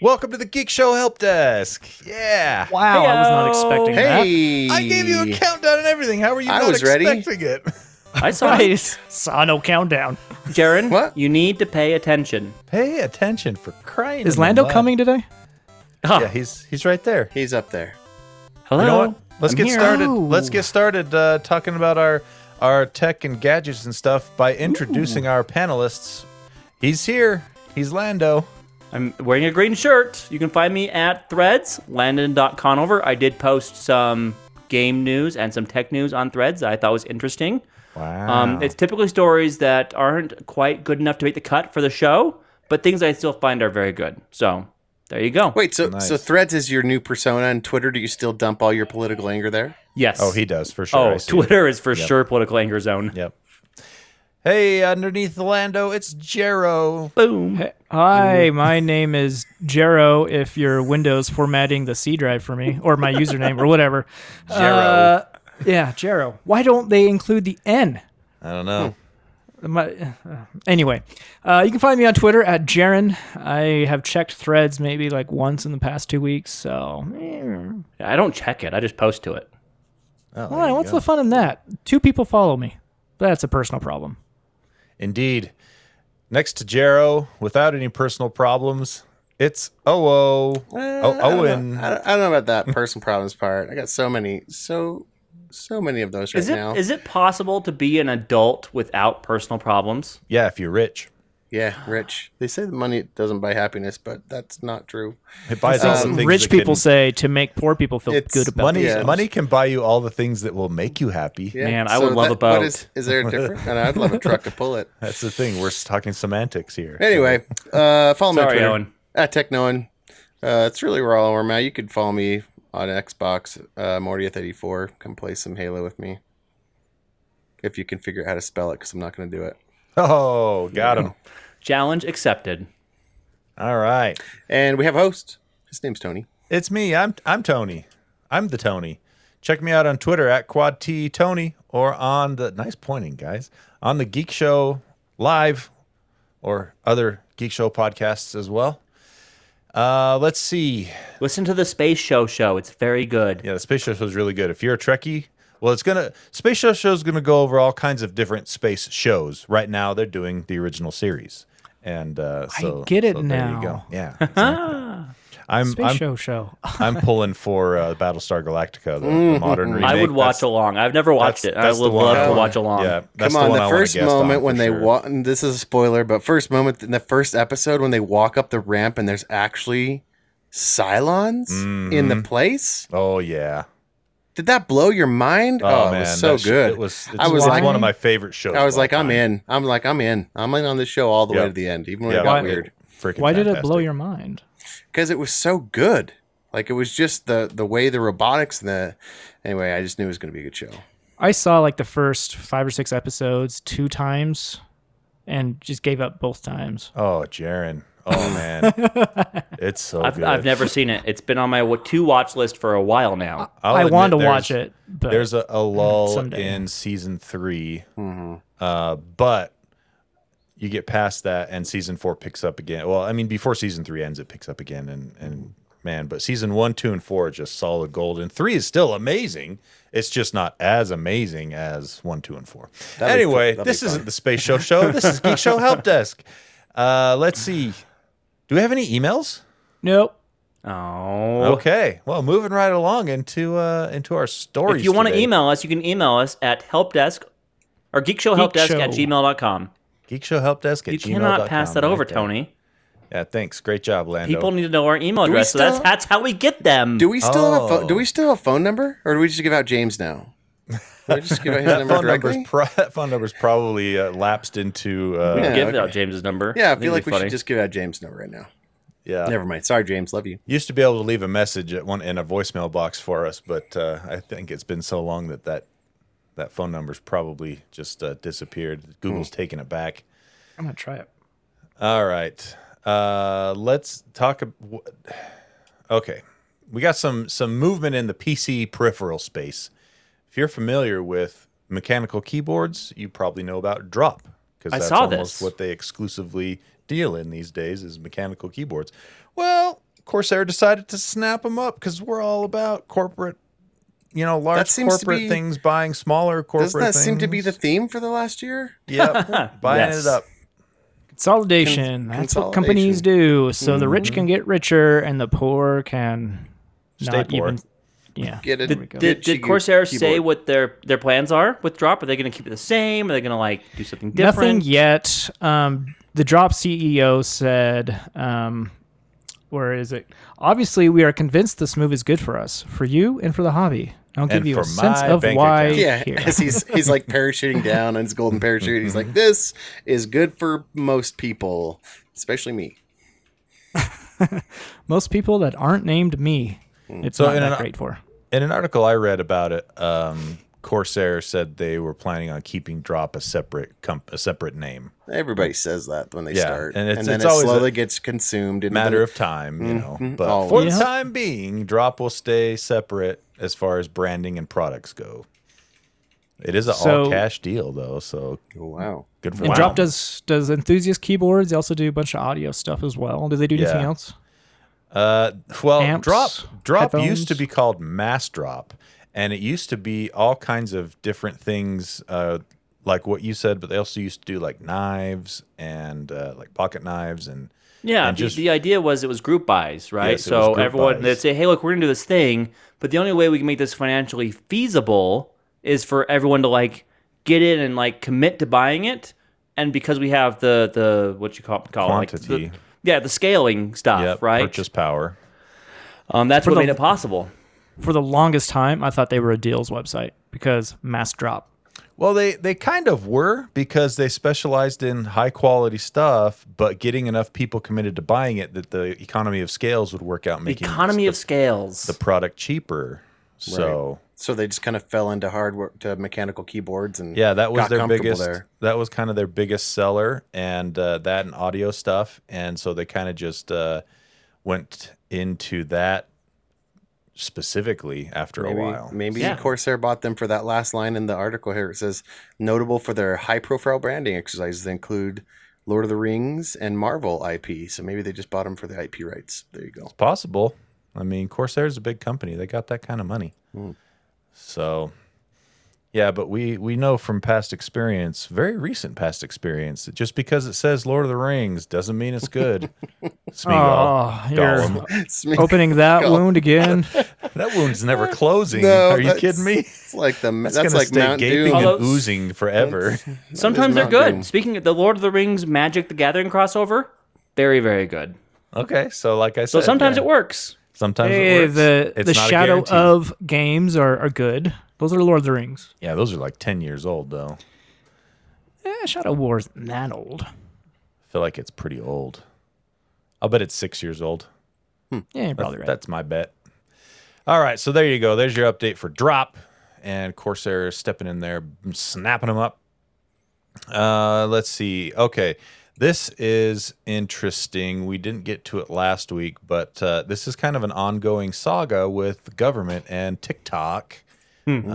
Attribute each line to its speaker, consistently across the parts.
Speaker 1: Welcome to the Geek Show Help Desk. Yeah.
Speaker 2: Wow, I was not
Speaker 3: Heyo.
Speaker 2: expecting that.
Speaker 4: Hey,
Speaker 1: I gave you a countdown and everything. How are you
Speaker 4: I
Speaker 1: not
Speaker 4: was ready.
Speaker 1: expecting it?
Speaker 3: I saw you.
Speaker 2: Nice. Saw no countdown.
Speaker 3: Jaren,
Speaker 4: What?
Speaker 3: you need to pay attention.
Speaker 1: Pay attention for crying. in
Speaker 2: Is
Speaker 1: the
Speaker 2: Lando
Speaker 1: mud.
Speaker 2: coming today?
Speaker 3: Huh.
Speaker 1: Yeah, he's he's right there.
Speaker 4: He's up there.
Speaker 3: Hello.
Speaker 1: You know what? Let's
Speaker 3: I'm
Speaker 1: get
Speaker 3: here.
Speaker 1: started.
Speaker 2: Oh.
Speaker 1: Let's get started uh, talking about our our tech and gadgets and stuff by introducing our panelists. He's here. He's Lando.
Speaker 3: I'm wearing a green shirt. You can find me at threads, landon.conover. I did post some game news and some tech news on threads that I thought was interesting.
Speaker 1: Wow.
Speaker 3: Um, It's typically stories that aren't quite good enough to make the cut for the show, but things I still find are very good. So there you go.
Speaker 4: Wait, so
Speaker 1: Nice.
Speaker 4: so Threads is your new persona, and Twitter? Do you still dump all your political anger there?
Speaker 3: Yes.
Speaker 1: oh, he does for sure. I
Speaker 3: Oh,
Speaker 1: see.
Speaker 3: Twitter is for sure political anger zone.
Speaker 1: Yep. Hey, underneath Lando, it's Jero.
Speaker 3: Boom.
Speaker 2: Hi, my name is Jero. If you're Windows formatting the C drive for me, or my username, or whatever.
Speaker 1: Jero.
Speaker 2: Uh, yeah, Jero. Why don't they include the N?
Speaker 1: I don't know.
Speaker 2: My, uh, anyway, uh, you can find me on Twitter at Jaren. I have checked threads maybe like once in the past two weeks. So, eh.
Speaker 3: I don't check it. I just post to it.
Speaker 1: Oh,
Speaker 2: Why, what's the fun in that? Two people follow me. That's a personal problem.
Speaker 1: Indeed. Next to Jero, without any personal problems, it's Oh Oh
Speaker 3: Mm-hmm.
Speaker 1: Owen.
Speaker 4: I don't, I don't know about that personal problems part. I got so many, so so many of those right
Speaker 3: Is it is
Speaker 4: now.
Speaker 3: it possible to be an adult without personal problems?
Speaker 1: Yeah, if you're rich,
Speaker 4: yeah, rich. They say that money doesn't buy happiness, but that's not true.
Speaker 1: it buys all the things
Speaker 2: Um, Rich
Speaker 1: that can-
Speaker 2: people say to make poor people feel
Speaker 4: It's
Speaker 2: good about
Speaker 1: money.
Speaker 4: Yeah.
Speaker 1: Money can buy you all the things that will make you happy.
Speaker 4: Yeah,
Speaker 3: Man, I would love a
Speaker 4: what
Speaker 3: boat.
Speaker 4: Is, is there a different? and I'd love a truck to pull it.
Speaker 1: That's the thing. We're talking semantics here.
Speaker 4: Anyway, uh, follow me on
Speaker 3: Sorry,
Speaker 4: Twitter,
Speaker 3: Owen.
Speaker 4: at Technoan. Uh, it's really where all I'm at. You could follow me on Xbox, uh, Mordia34. Come play some Halo with me. If you can figure out how to spell it, because I'm not going to do it.
Speaker 1: Oh, got him.
Speaker 3: Challenge accepted.
Speaker 1: All right.
Speaker 4: And we have a host. His name's Tony.
Speaker 1: It's me. I'm I'm Tony. I'm the Tony. Check me out on Twitter at Quad T Tony or on the nice pointing, guys. On the Geek Show Live or other Geek Show podcasts as well. Uh, let's see.
Speaker 3: Listen to the Space Show show. It's very good.
Speaker 1: Yeah, the Space Show Show is really good. If you're a Trekkie, well, it's gonna Space Show Show is gonna go over all kinds of different space shows. Right now, they're doing the original series, and uh, so
Speaker 2: get it
Speaker 1: so There
Speaker 2: now.
Speaker 1: you go. Yeah, exactly. I'm
Speaker 2: Space
Speaker 1: I'm,
Speaker 2: show show.
Speaker 1: I'm pulling for uh, Battlestar Galactica, the, the modern remake.
Speaker 3: I would watch
Speaker 1: That's-
Speaker 3: along. I've never watched it. I
Speaker 1: that's
Speaker 3: would
Speaker 1: the one
Speaker 3: love
Speaker 1: I
Speaker 3: to
Speaker 1: wanna-
Speaker 3: watch along.
Speaker 1: Yeah, that's
Speaker 4: Come
Speaker 1: the,
Speaker 4: on, the,
Speaker 1: one I wanna
Speaker 4: first
Speaker 1: guest on
Speaker 4: moment
Speaker 1: for
Speaker 4: when they
Speaker 1: sure.
Speaker 4: walk. This is a spoiler, but first moment in the first episode when they walk up the ramp and there's actually Cylons in
Speaker 1: Mm-hmm.
Speaker 4: the place.
Speaker 1: Oh yeah.
Speaker 4: Did that blow your mind?
Speaker 1: Oh, man,
Speaker 4: it was so
Speaker 1: that sh-
Speaker 4: good.
Speaker 1: It was. It's,
Speaker 4: I was
Speaker 1: it's
Speaker 4: like,
Speaker 1: one of my favorite shows.
Speaker 4: I was like, I'm
Speaker 1: in.
Speaker 4: in. I'm like, I'm in. I'm in on this show all the way
Speaker 1: Yep.
Speaker 4: to the end, even when
Speaker 1: Yeah,
Speaker 4: "Oh, it
Speaker 2: Why-
Speaker 4: got weird.
Speaker 1: Freaking
Speaker 2: Why did it blow
Speaker 1: fantastic.
Speaker 2: your mind?
Speaker 4: Because it was so good. Like it was just the the way the robotics and the anyway, I just knew it was gonna be a good show.
Speaker 2: I saw like the first five or six episodes two times and just gave up both times.
Speaker 1: Oh, Jaren. Oh man, it's so
Speaker 3: I've,
Speaker 1: good.
Speaker 3: I've never seen it. It's been on my wa- to watch list for a while now.
Speaker 1: I'll
Speaker 2: i
Speaker 1: admit
Speaker 2: wanted to
Speaker 1: there's-
Speaker 2: watch it, but mm,
Speaker 1: There's a, a lull
Speaker 2: someday.
Speaker 1: in season 3
Speaker 4: Mm-hmm.
Speaker 1: uh, but you get past that, and season four picks up again. Well, I mean, before season three ends, it picks up again, and and man, but season one, two, and four are just solid gold, and three is still amazing. It's just not as amazing as one, two, and 4
Speaker 4: That'd be fu-
Speaker 1: anyway,
Speaker 4: that'd be
Speaker 1: this
Speaker 4: fun.
Speaker 1: isn't the Space Show Show. This is Geek Show Help Desk. Uh, let's see. Do we have any emails?
Speaker 2: nope.
Speaker 3: Oh.
Speaker 1: Uh, Okay. Well, moving right along into uh into our stories.
Speaker 3: If you want to
Speaker 1: today.
Speaker 3: email us, you can email us at helpdesk or geekshowhelpdesk at
Speaker 2: Geekshow.
Speaker 3: gmail.com.
Speaker 1: geekshowhelpdesk at
Speaker 3: You cannot pass that over,
Speaker 1: Tony.
Speaker 3: Tony.
Speaker 1: Yeah, thanks. Great job, Lando.
Speaker 3: People need to know our email
Speaker 4: we
Speaker 3: address, so that's
Speaker 4: still-
Speaker 3: that's how we get them.
Speaker 4: Do we still have a
Speaker 1: Oh.
Speaker 4: phone do we still have a phone number? Or do we just give out James now? Do we just give out his
Speaker 1: that
Speaker 4: number
Speaker 1: phone number's
Speaker 4: directly?
Speaker 1: pro- that phone number's probably uh, lapsed into uh,
Speaker 4: Yeah,
Speaker 1: yeah.
Speaker 3: give
Speaker 4: okay.
Speaker 3: out James's number.
Speaker 4: yeah, I
Speaker 3: That'd
Speaker 4: feel like
Speaker 3: be
Speaker 4: we
Speaker 3: funny.
Speaker 4: should just give out James' number right now. Never mind. Sorry, James. Love you.
Speaker 1: Used to be able to leave a message at one in a voicemail box for us, but uh, I think it's been so long that that, that phone number's probably just uh, disappeared. Google's taking it back.
Speaker 2: I'm gonna try it.
Speaker 1: All right. Uh, let's talk. ab- wh- Okay, we got some some movement in the PC peripheral space. If you're familiar with mechanical keyboards, you probably know about Drop because
Speaker 3: I
Speaker 1: that's
Speaker 3: saw
Speaker 1: almost
Speaker 3: this.
Speaker 1: what they exclusively deal in these days is mechanical keyboards. Well, Corsair decided to snap them up because we're all about corporate, you know, large
Speaker 4: seems to
Speaker 1: corporate
Speaker 4: be-
Speaker 1: things buying smaller corporate.
Speaker 4: Doesn't that seem to be the
Speaker 1: things.
Speaker 4: theme for the last year?
Speaker 1: yep buying it
Speaker 3: Yes.
Speaker 1: up?
Speaker 2: Consolidation.
Speaker 4: Con-
Speaker 2: That's what companies do. So the rich can get richer and the poor can
Speaker 1: Mm-hmm. Stay
Speaker 2: not
Speaker 1: poor.
Speaker 2: even. Yeah.
Speaker 4: Get it?
Speaker 2: There we go.
Speaker 3: Did,
Speaker 4: She
Speaker 3: did
Speaker 4: could-
Speaker 3: Corsair say
Speaker 4: keyboard.
Speaker 3: what their their plans are with Drop? Are they going to keep it the same? Are they going to like do something
Speaker 2: Nothing
Speaker 3: different?
Speaker 2: yet. Um, the drop CEO said, um, "Where is it? Obviously, we are convinced this move is good for us, for you, and for the hobby. I'll give
Speaker 1: And
Speaker 2: you a
Speaker 1: for
Speaker 2: sense
Speaker 1: my
Speaker 2: of
Speaker 1: bank
Speaker 2: why
Speaker 1: account.
Speaker 4: Yeah,
Speaker 2: here."
Speaker 4: as he's he's like parachuting down on his golden parachute. He's
Speaker 1: Mm-hmm.
Speaker 4: like, "This is good for most people, especially me."
Speaker 2: Most people that aren't named me, it's
Speaker 1: So
Speaker 2: not
Speaker 1: in
Speaker 2: that
Speaker 1: an-
Speaker 2: great for.
Speaker 1: In an article I read about it, um, Corsair said they were planning on keeping Drop a separate comp- a separate name.
Speaker 4: Everybody says that when they
Speaker 1: Yeah,
Speaker 4: start,
Speaker 1: and
Speaker 4: and,
Speaker 1: it's-
Speaker 4: then
Speaker 1: it's
Speaker 4: it
Speaker 1: always a
Speaker 4: slowly gets consumed. into
Speaker 1: Matter
Speaker 4: the-
Speaker 1: of time, you know.
Speaker 4: Mhm,
Speaker 1: But
Speaker 4: always.
Speaker 1: for the
Speaker 2: Yeah.
Speaker 1: time being, Drop will stay separate as far as branding and products go. It is an
Speaker 2: So-
Speaker 1: all cash deal though, so
Speaker 4: Oh, wow.
Speaker 1: good for
Speaker 2: And
Speaker 1: them.
Speaker 2: Drop does does enthusiast keyboards. They also do a bunch of audio stuff as well. Do they do anything
Speaker 1: Yeah.
Speaker 2: else?
Speaker 1: Uh, well,
Speaker 2: Amps,
Speaker 1: drop drop used to
Speaker 2: headphones.
Speaker 1: be called Mass Drop, and it used to be all kinds of different things, uh, like what you said. But they also used to do like knives and uh, like pocket knives and
Speaker 3: Yeah,
Speaker 1: And
Speaker 3: the,
Speaker 1: just-
Speaker 3: the idea was it was group buys, right?
Speaker 1: Yes, it was
Speaker 3: so
Speaker 1: group
Speaker 3: everyone
Speaker 1: buys.
Speaker 3: they'd say, "Hey, look, we're going to do this thing, but the only way we can make this financially feasible is for everyone to like get in and like commit to buying it." And because we have the the what you call call it, like, the-
Speaker 1: Quantity.
Speaker 3: yeah, the scaling stuff,
Speaker 1: yep,
Speaker 3: right?
Speaker 1: purchase power.
Speaker 3: um, that's
Speaker 2: For
Speaker 3: what
Speaker 2: the-
Speaker 3: made it possible.
Speaker 2: For the longest time, I thought they were a deals website because Mass Drop.
Speaker 1: Well, they they kind of were because they specialized in high quality stuff, but getting enough people committed to buying it that the economy of scales would work out, making
Speaker 3: Economy
Speaker 1: the,
Speaker 3: of scales.
Speaker 1: the product cheaper. So
Speaker 4: So they just kind of fell into hard work to mechanical keyboards and
Speaker 1: Yeah, that was
Speaker 4: got
Speaker 1: their
Speaker 4: comfortable
Speaker 1: biggest.
Speaker 4: there.
Speaker 1: That was kind of their biggest seller, and uh, that and audio stuff, and so they kind of just uh, went into that specifically after
Speaker 4: Maybe,
Speaker 1: a while.
Speaker 4: maybe
Speaker 3: Yeah.
Speaker 4: Corsair bought them for that last line in the article here. It says notable for their high profile branding exercises that include Lord of the Rings and Marvel IP. So maybe they just bought them for the IP rights. There you go.
Speaker 1: Possible. I mean, Corsair's a big company. They got that kind of money.
Speaker 4: Hmm.
Speaker 1: So, yeah, but we we know from past experience, very recent past experience, that just because it says Lord of the Rings doesn't mean it's good. Smeagol.
Speaker 2: Oh, you're
Speaker 1: Gollum.
Speaker 4: Smeagol.
Speaker 2: opening that wound again.
Speaker 1: That wound's never closing.
Speaker 4: No,
Speaker 1: Are you
Speaker 4: that's-
Speaker 1: kidding me?
Speaker 4: It's like the that's,
Speaker 1: It's gonna
Speaker 4: like
Speaker 1: stay
Speaker 4: Mountain
Speaker 1: gaping
Speaker 4: Dew.
Speaker 1: and
Speaker 3: Although-
Speaker 1: oozing forever.
Speaker 3: Sometimes
Speaker 4: is
Speaker 3: they're
Speaker 4: not
Speaker 3: good.
Speaker 4: good.
Speaker 3: Speaking of the Lord of the Rings Magic the Gathering crossover, very very good.
Speaker 1: okay, so like I
Speaker 3: So
Speaker 1: said,
Speaker 3: sometimes
Speaker 1: yeah.
Speaker 3: it works.
Speaker 1: Sometimes it
Speaker 2: Hey,
Speaker 1: works.
Speaker 2: Eh, the
Speaker 1: It's
Speaker 2: the
Speaker 1: not a
Speaker 2: Shadow
Speaker 1: guarantee.
Speaker 2: of games are, are good. Those are Lord of the Rings.
Speaker 1: yeah, those are like ten years old though.
Speaker 2: Eh, Shadow War's not old.
Speaker 1: I feel like it's pretty old. I'll bet it's six years old.
Speaker 2: Yeah, you're probably right.
Speaker 1: That's my bet. All right, so there you go. There's your update for drop, and Corsair is stepping in there, snapping them up. Uh, let's see. Okay, this is interesting. We didn't get to it last week, but uh, this is kind of an ongoing saga with government and TikTok. Uh, n-
Speaker 3: Hmm.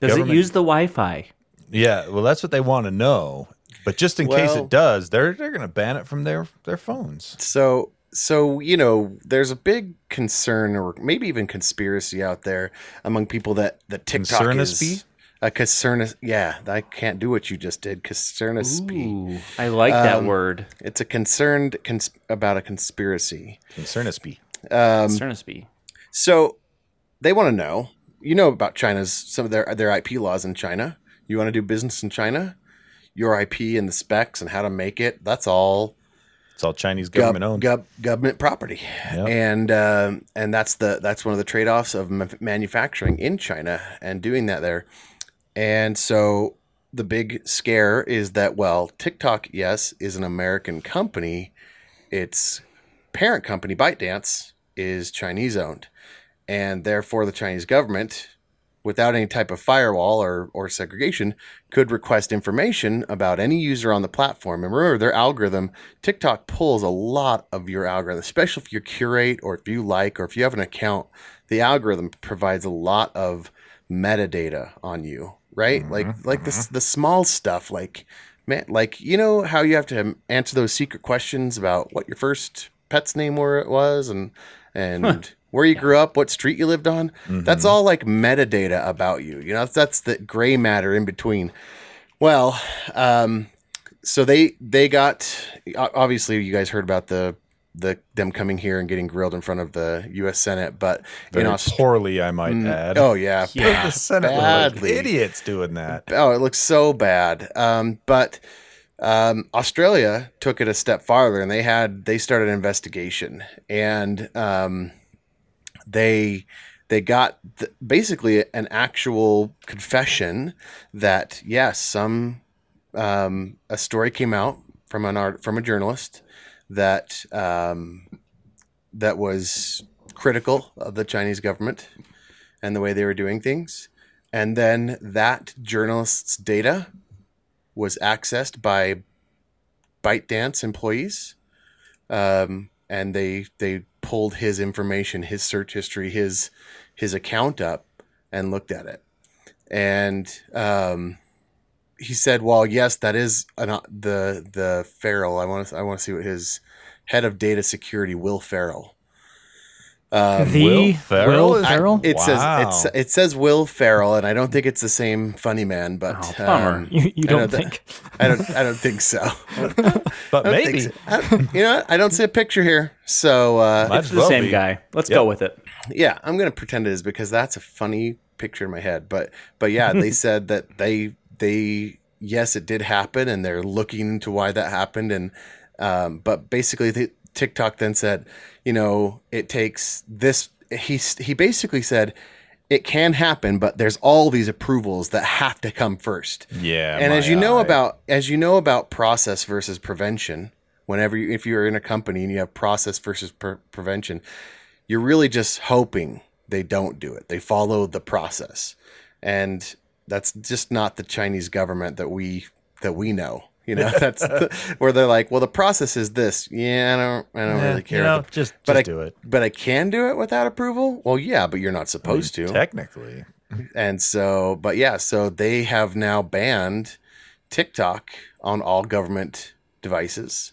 Speaker 3: Does
Speaker 1: government-
Speaker 3: it use the Wi-Fi?
Speaker 1: Yeah, well, that's what they want to know. But just in case
Speaker 4: Well-
Speaker 1: it does, they're they're going to ban it from their their phones.
Speaker 4: So so you know, there's a big concern or maybe even conspiracy out there among people that that TikTok
Speaker 1: Concernaspy?
Speaker 4: is a concern. Yeah, I can't do what you just did. Concernaspy.
Speaker 3: Ooh, I like that
Speaker 4: Um,
Speaker 3: word.
Speaker 4: It's a concerned cons- about a conspiracy.
Speaker 1: Concern us be.
Speaker 4: Um,
Speaker 3: Cernisby.
Speaker 4: So they want to know. You know about China's some of their their IP laws in China. You want to do business in China, your IP and the specs and how to make it. That's all
Speaker 1: It's all Chinese
Speaker 4: gov-
Speaker 1: government owned.
Speaker 4: gov- government property,
Speaker 1: Yep.
Speaker 4: and um, and that's the that's one of the trade offs of ma- manufacturing in China and doing that there. And so the big scare is that well, TikTok yes is an American company, its parent company ByteDance is Chinese owned, and therefore the Chinese government. Without any type of firewall or, or segregation, could request information about any user on the platform. And remember, their algorithm, TikTok pulls a lot of your algorithm, especially if you curate or if you like or if you have an account. The algorithm provides a lot of metadata on you, right? Like like this the small stuff, like man, like you know how you have to answer those secret questions about what your first pet's name where it was and and where you grew up, what street you lived on.
Speaker 1: Mm-hmm.
Speaker 4: That's all like metadata about you. You know, that's, that's the gray matter in between. Well, um, so they they got o- obviously you guys heard about the the them coming here and getting grilled in front of the U.S. Senate, but
Speaker 1: Very
Speaker 4: in Australia,
Speaker 1: poorly, I might add.
Speaker 4: oh yeah,
Speaker 1: the Senate looked like
Speaker 4: badly.
Speaker 1: idiots doing that.
Speaker 4: oh, it looks so bad. Um, but um, Australia took it a step farther, and they had they started an investigation, and um, they they got th- basically an actual confession that yes, some um, a story came out from an art from a journalist that um, that was critical of the Chinese government and the way they were doing things. And then that journalist's data was accessed by ByteDance employees, um, and they they pulled his information, his search history, his his account up, and looked at it. And um, he said, "Well, yes, that is an, uh, the the Farrell. I want to I want to see what his head of data security, Will Farrell." Um,
Speaker 2: The
Speaker 1: Will Ferrell
Speaker 2: Will
Speaker 1: is-
Speaker 2: Ferrell?
Speaker 4: it
Speaker 1: Wow.
Speaker 4: says it's, it says Will Ferrell, and I don't think it's the same funny man, but
Speaker 3: Oh, bummer.
Speaker 4: um,
Speaker 2: you, you
Speaker 4: I know
Speaker 2: don't
Speaker 4: that-
Speaker 2: think?
Speaker 4: I don't I don't think so. I don't
Speaker 1: But
Speaker 4: think
Speaker 1: maybe
Speaker 4: so. I don't- you know what? I don't see a picture here, so uh,
Speaker 1: Might
Speaker 3: It's
Speaker 1: as
Speaker 3: the
Speaker 1: well
Speaker 3: same
Speaker 1: be.
Speaker 3: guy. Let's go with it.
Speaker 4: yeah, I'm gonna pretend it is because that's a funny picture in my head. But but yeah, they said that they they yes, it did happen, and they're looking into why that happened, and um, but basically the, TikTok then said, you know, it takes this. He s- he basically said. It can happen, but there's all these approvals that have to come first.
Speaker 1: Yeah.
Speaker 4: and
Speaker 1: my
Speaker 4: as you know
Speaker 1: eye.
Speaker 4: about as you know about process versus prevention whenever you if you're in a company and you have process versus pre- prevention you're really just hoping they don't do it they follow the process and that's just not the chinese government that we that we know you know that's the, where they're like well the process is this yeah i don't i don't
Speaker 1: Eh,
Speaker 4: really care
Speaker 1: you know,
Speaker 4: what the-
Speaker 1: just,
Speaker 4: but
Speaker 1: just
Speaker 4: I-
Speaker 1: do it.
Speaker 4: but i can do it without approval well yeah but you're not supposed to
Speaker 1: Technically.
Speaker 4: and so, but yeah, so they have now banned TikTok on all government devices.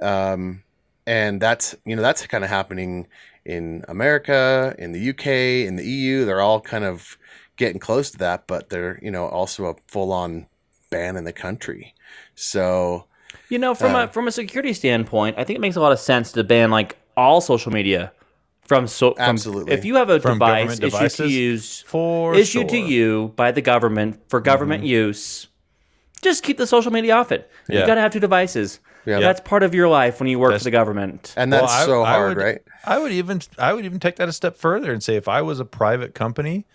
Speaker 4: Um, and that's, you know, that's kind of happening in America, in the UK, in the EU. They're all kind of getting close to that, but they're, you know, also a full on ban in the country. So,
Speaker 3: You know, from
Speaker 4: Uh,
Speaker 3: a from a security standpoint, I think it makes a lot of sense to ban like all social media from so from-
Speaker 4: Absolutely.
Speaker 3: If you have a
Speaker 1: From
Speaker 3: device
Speaker 1: government
Speaker 3: issued to
Speaker 1: devices?
Speaker 3: use
Speaker 1: For
Speaker 3: issued to
Speaker 1: sure. Mm-hmm.
Speaker 3: you by the government for government use, just keep the social media off it. You
Speaker 1: Yeah.
Speaker 3: gotta have two devices.
Speaker 4: Yeah.
Speaker 3: That's part of your life when you work for the government.
Speaker 4: and that's
Speaker 1: Well, I-
Speaker 4: so
Speaker 1: I
Speaker 4: hard,
Speaker 1: would-
Speaker 4: right?
Speaker 1: I would even I would even take that a step further and say if I was a private company,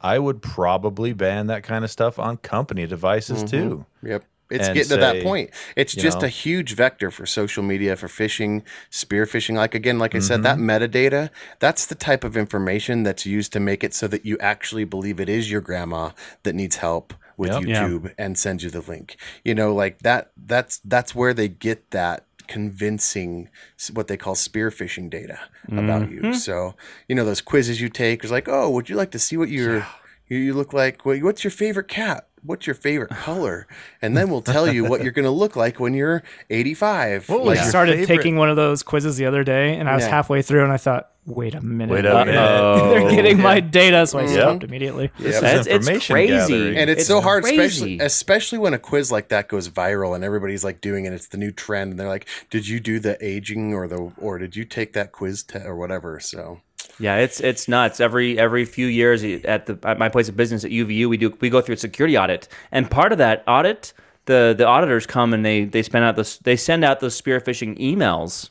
Speaker 1: I would probably ban that kind of stuff on company devices
Speaker 4: Mm-hmm.
Speaker 1: too.
Speaker 4: Yep. It's
Speaker 1: and
Speaker 4: getting to that
Speaker 1: say,
Speaker 4: point. It's
Speaker 1: you
Speaker 4: just
Speaker 1: know-
Speaker 4: a huge vector for social media, for phishing, spear phishing. Like again, like I said, that
Speaker 1: Mm-hmm.
Speaker 4: metadata, that's the type of information that's used to make it so that you actually believe it is your grandma that needs help with
Speaker 1: Yep.
Speaker 3: Yeah.
Speaker 4: YouTube and send you the link. You know, like that that's that's where they get that convincing s- what they call spear phishing data about
Speaker 1: Mm-hmm.
Speaker 4: you. So, you know, those quizzes you take is like, oh, would you like to see what your you, you look like? Well, what's your favorite cat? What's your favorite color? And then we'll tell you what you're going to look like when you're 85.
Speaker 1: What
Speaker 4: like,
Speaker 1: was
Speaker 2: I
Speaker 1: your
Speaker 2: started
Speaker 1: favorite-
Speaker 2: taking one of those quizzes the other day, and I was
Speaker 4: Yeah.
Speaker 2: halfway through, and I thought, "Wait a minute!
Speaker 1: Wait a
Speaker 2: uh-oh,
Speaker 1: minute. Oh,
Speaker 2: They're getting my data, so I
Speaker 1: Yeah.
Speaker 2: stopped immediately."
Speaker 4: Yep.
Speaker 1: This
Speaker 3: That's-
Speaker 1: is
Speaker 3: it's
Speaker 1: information
Speaker 3: crazy.
Speaker 1: gathering.
Speaker 4: and it's, so hard,
Speaker 3: crazy.
Speaker 4: especially especially when a quiz like that goes viral and everybody's like doing it. It's the new trend, and they're like, "Did you do the aging or the or did you take that quiz te- or whatever?" So
Speaker 3: Yeah, it's it's nuts. Every every few years at the at my place of business at UVU, we do we go through a security audit, and part of that audit, the the auditors come and they they spend out those they send out those spear phishing emails,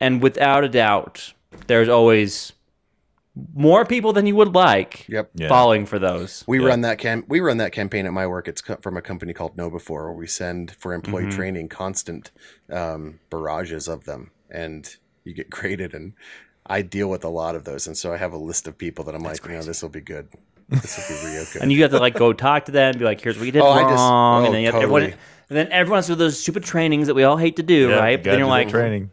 Speaker 3: and without a doubt, there's always more people than you would like
Speaker 4: Yep.
Speaker 1: Yeah.
Speaker 3: falling for those.
Speaker 4: We run that cam. We run that campaign at my work. It's co- from a company called Know Before, where we send for employee
Speaker 3: Mm-hmm.
Speaker 4: training constant um, barrages of them, and you get graded. And I deal with a lot of those, and so I have a list of people that I'm like, you know, this will be good. This will be real good.
Speaker 3: and you have to like go talk to them, be like, "Here's what you did
Speaker 4: Oh, I
Speaker 3: wrong,"
Speaker 4: just- oh,
Speaker 3: and then you have
Speaker 4: totally.
Speaker 3: everyone, and then everyone's through those stupid trainings that we all hate to do,
Speaker 1: Yeah,
Speaker 3: right?
Speaker 1: you
Speaker 3: But then
Speaker 1: gotta
Speaker 3: you're
Speaker 1: do the
Speaker 3: like,
Speaker 1: training.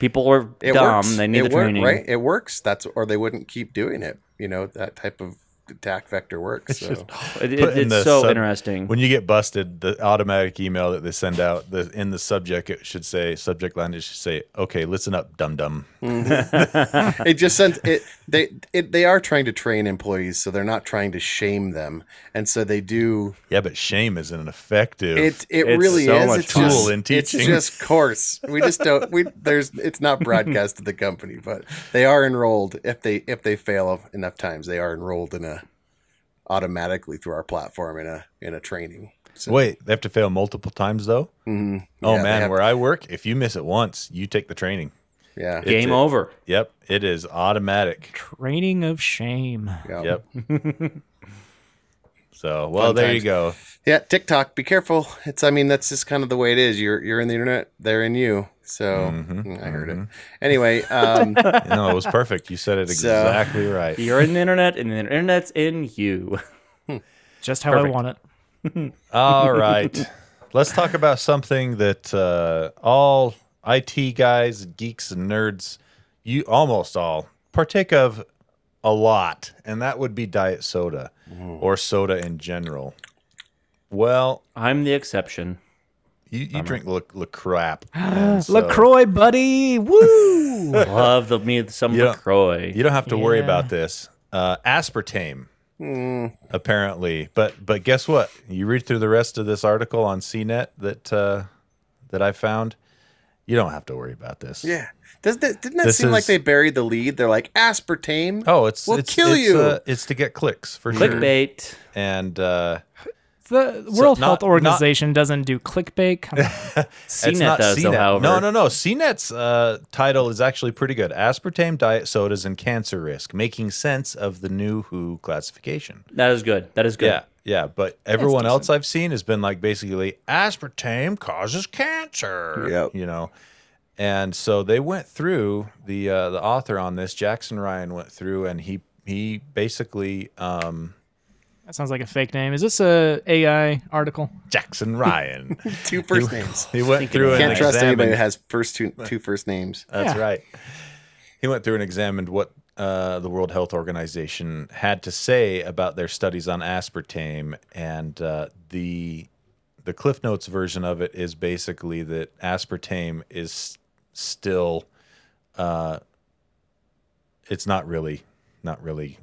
Speaker 3: people are
Speaker 4: it
Speaker 3: dumb;
Speaker 4: works.
Speaker 3: they need
Speaker 4: it
Speaker 3: the
Speaker 4: work-
Speaker 3: training,
Speaker 4: right? It works. That's or they wouldn't keep doing it. You know that type of attack vector works. So.
Speaker 3: It, it-
Speaker 1: Put in the
Speaker 3: it's so
Speaker 1: sub-
Speaker 3: interesting.
Speaker 1: When you get busted, the automatic email that they send out the in the subject it should say subject line it should say, "Okay, listen up, dum dum."
Speaker 4: it just sends it they it, they are trying to train employees so they're not trying to shame them and so they do
Speaker 1: Yeah, but shame is an effective.
Speaker 4: it it
Speaker 3: It's
Speaker 4: really
Speaker 3: so
Speaker 4: is
Speaker 1: much
Speaker 4: it's just,
Speaker 1: tool in teaching.
Speaker 4: it's just coarse we just don't we there's it's not broadcast to the company but they are enrolled if they if they fail enough times they are enrolled in a automatically through our platform in a in a training so
Speaker 1: Wait, they have to fail multiple times though.
Speaker 4: mhm.
Speaker 1: Oh
Speaker 4: Yeah, they
Speaker 1: man,
Speaker 4: have-
Speaker 1: where I work, if you miss it once, you take the training.
Speaker 4: yeah
Speaker 1: it's
Speaker 3: Game
Speaker 1: a-
Speaker 3: over.
Speaker 1: Yep, it is automatic.
Speaker 2: Training of shame.
Speaker 4: yeah.
Speaker 1: Yep. so, well,
Speaker 4: Fun
Speaker 1: there you
Speaker 4: times.
Speaker 1: go.
Speaker 4: yeah tiktok be careful it's i mean that's just kind of the way it is you're you're in the internet they're in you so mm,
Speaker 1: Mhm,
Speaker 4: i heard
Speaker 1: mhm.
Speaker 4: it anyway um
Speaker 1: No, it was perfect. You said it
Speaker 4: So-
Speaker 1: exactly right.
Speaker 3: You're in the internet, and the internet's in you.
Speaker 2: Just how I
Speaker 3: Perfect.
Speaker 2: want it.
Speaker 1: All right. Let's talk about something that uh, all IT guys, geeks, and nerds, you almost all partake of a lot, and that would be diet soda or soda in general. Well,
Speaker 3: I'm the exception.
Speaker 1: you, you drink La, La Crap.
Speaker 2: LaCroix, buddy. Woo!
Speaker 3: Love the me some
Speaker 1: Yeah.
Speaker 3: LaCroix.
Speaker 1: You don't have to worry
Speaker 2: Yeah.
Speaker 1: about this. Uh, aspartame,
Speaker 4: mm,
Speaker 1: apparently. But but guess what? You read through the rest of this article on CNET that uh, that I found. You don't have to worry about this.
Speaker 4: Yeah. Doesn't that, didn't that
Speaker 1: This
Speaker 4: seem like
Speaker 1: is-
Speaker 4: they buried the lead? They're like aspartame.
Speaker 1: Oh, it's
Speaker 4: We'll
Speaker 1: it's,
Speaker 4: kill
Speaker 1: it's,
Speaker 4: you.
Speaker 1: uh, it's to get clicks for sure.
Speaker 3: Clickbait.
Speaker 1: And uh,
Speaker 2: The World
Speaker 1: not- not-
Speaker 2: Health Organization doesn't do clickbait. Come on.
Speaker 1: it's
Speaker 3: CNET does, though, however.
Speaker 1: No, no, no. CNET's uh, title is actually pretty good. Aspartame diet sodas and cancer risk, making sense of the new WHO classification.
Speaker 3: That is good. That is good.
Speaker 1: Yeah, yeah. But everyone else I've seen has been like basically aspartame causes cancer.
Speaker 4: Yep.
Speaker 1: You know, and so they went through the uh, the author on this, Jackson Ryan, went through and he he basically um,
Speaker 2: That sounds like a fake name. Is this a AI article?
Speaker 1: Jackson Ryan.
Speaker 4: Two first names.
Speaker 1: He went
Speaker 3: Thinking
Speaker 1: through
Speaker 3: about
Speaker 1: and
Speaker 4: Can't
Speaker 3: it.
Speaker 4: trust anybody that
Speaker 1: examined.
Speaker 4: has first two two first names.
Speaker 1: That's
Speaker 2: Yeah.
Speaker 1: right. He went through and examined what uh, the World Health Organization had to say about their studies on aspartame, and uh, the the Cliff Notes version of it is basically that aspartame is s- still, uh, it's not really, not really.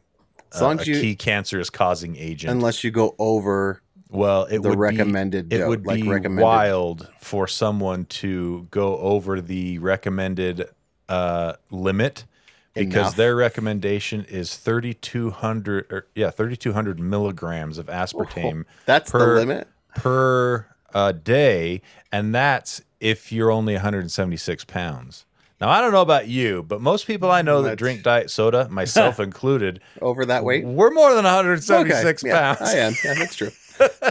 Speaker 4: As long
Speaker 1: uh,
Speaker 4: as
Speaker 1: a
Speaker 4: you-
Speaker 1: key cancer is causing agent.
Speaker 4: Unless you go over
Speaker 1: Well, it
Speaker 4: the
Speaker 1: would
Speaker 4: recommended
Speaker 1: Be, it
Speaker 4: dose,
Speaker 1: would
Speaker 4: like
Speaker 1: be
Speaker 4: recommended-
Speaker 1: wild for someone to go over the recommended uh, limit because
Speaker 4: Enough.
Speaker 1: their recommendation is thirty two hundred or yeah thirty two hundred milligrams of aspartame.
Speaker 4: that's
Speaker 1: per-
Speaker 4: the limit.
Speaker 1: per uh, day, and that's if you're only 176 pounds. Now I don't know about you, but most people I know that
Speaker 4: That's-
Speaker 1: drink diet soda, myself included,
Speaker 4: Over that weight.
Speaker 1: we're more than 176
Speaker 4: Okay,
Speaker 1: pounds.
Speaker 4: Yeah, I am. Yeah, that's true.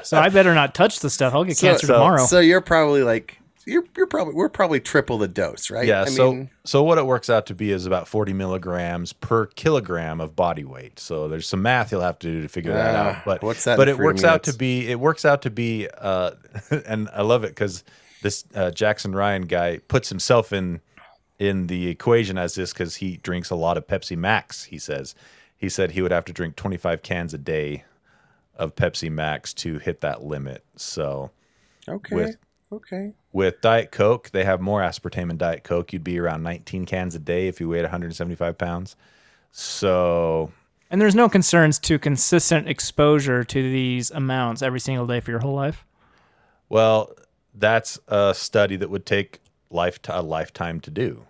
Speaker 2: So I better not touch the stuff. I'll get cancer tomorrow.
Speaker 4: So you're probably like you're you're probably we're probably triple the dose, right?
Speaker 1: Yeah.
Speaker 4: I
Speaker 1: so
Speaker 4: mean,
Speaker 1: so what it works out to be is about 40 milligrams per kilogram of body weight. So there's some math you'll have to do to figure that
Speaker 4: Ah,
Speaker 1: out. But
Speaker 4: what's that
Speaker 1: But
Speaker 4: in
Speaker 1: it
Speaker 4: freedom
Speaker 1: works out to
Speaker 4: units?
Speaker 1: be it works out to be uh, and I love it because this uh, Jackson Ryan guy puts himself in in the equation as this because he drinks a lot of Pepsi Max. He says he said he would have to drink 25 cans a day of Pepsi Max to hit that limit. So
Speaker 4: okay.
Speaker 1: with-
Speaker 4: okay.
Speaker 1: with Diet Coke, they have more aspartame in Diet Coke. You'd be around 19 cans a day if you weighed 175 pounds. So,
Speaker 2: and there's no concerns to consistent exposure to these amounts every single day for your whole life.
Speaker 1: well, that's a study that would take life a lifetime to do.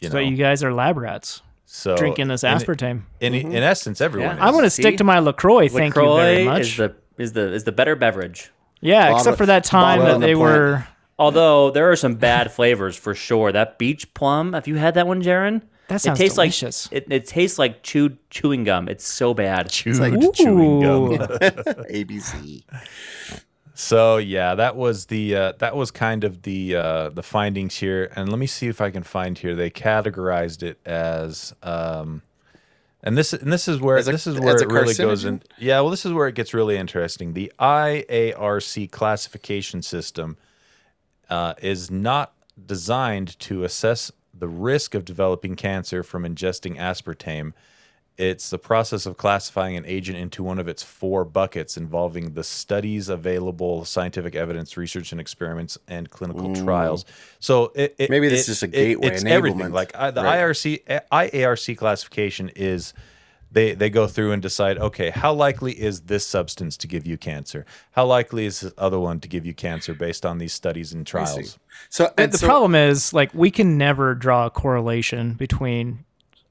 Speaker 1: You
Speaker 2: so
Speaker 1: know,
Speaker 2: you guys are lab rats
Speaker 1: so
Speaker 2: drinking this
Speaker 1: in-
Speaker 2: aspartame.
Speaker 1: In, in, essence, everyone. is.
Speaker 3: Yeah.
Speaker 2: I want to
Speaker 3: See?
Speaker 2: stick to my LaCroix, thank you very
Speaker 3: LaCroix
Speaker 2: much.
Speaker 3: is the is the is the better beverage.
Speaker 2: yeah,
Speaker 4: Bottle-
Speaker 2: except for that time
Speaker 4: bottle
Speaker 2: that
Speaker 4: on the
Speaker 2: they
Speaker 4: plant.
Speaker 2: were
Speaker 3: Although there are some bad flavors for sure. That beach plum. Have you had that one, Jaren?
Speaker 2: That sounds
Speaker 3: it tastes
Speaker 2: delicious.
Speaker 3: Like, it, it tastes like chewed chewing gum. It's so bad.
Speaker 1: chewed
Speaker 2: Ooh.
Speaker 1: chewing gum.
Speaker 4: ABC.
Speaker 1: So yeah, that was the uh, that was kind of the uh, the findings here, and let me see if I can find here. They categorized it as, um, and this and this is where
Speaker 4: As a-
Speaker 1: this is where
Speaker 4: as a
Speaker 1: it really goes
Speaker 4: carcinogen?
Speaker 1: in. Yeah, well, this is where it gets really interesting. The IARC classification system uh, is not designed to assess the risk of developing cancer from ingesting aspartame It's the process of classifying an agent into one of its four buckets involving the studies available, scientific evidence, research and experiments, and clinical trials. So it, it-
Speaker 4: Maybe this
Speaker 1: it-
Speaker 4: is a
Speaker 1: it-
Speaker 4: gateway
Speaker 1: it's everything.
Speaker 4: enablement.
Speaker 1: Like I, the
Speaker 4: Right.
Speaker 1: IRC, IARC classification is they they go through and decide okay how likely is this substance to give you cancer how likely is this other one to give you cancer based on these studies and trials
Speaker 4: So
Speaker 2: But
Speaker 4: and
Speaker 2: the
Speaker 4: so-
Speaker 2: problem is, like, we can never draw a correlation between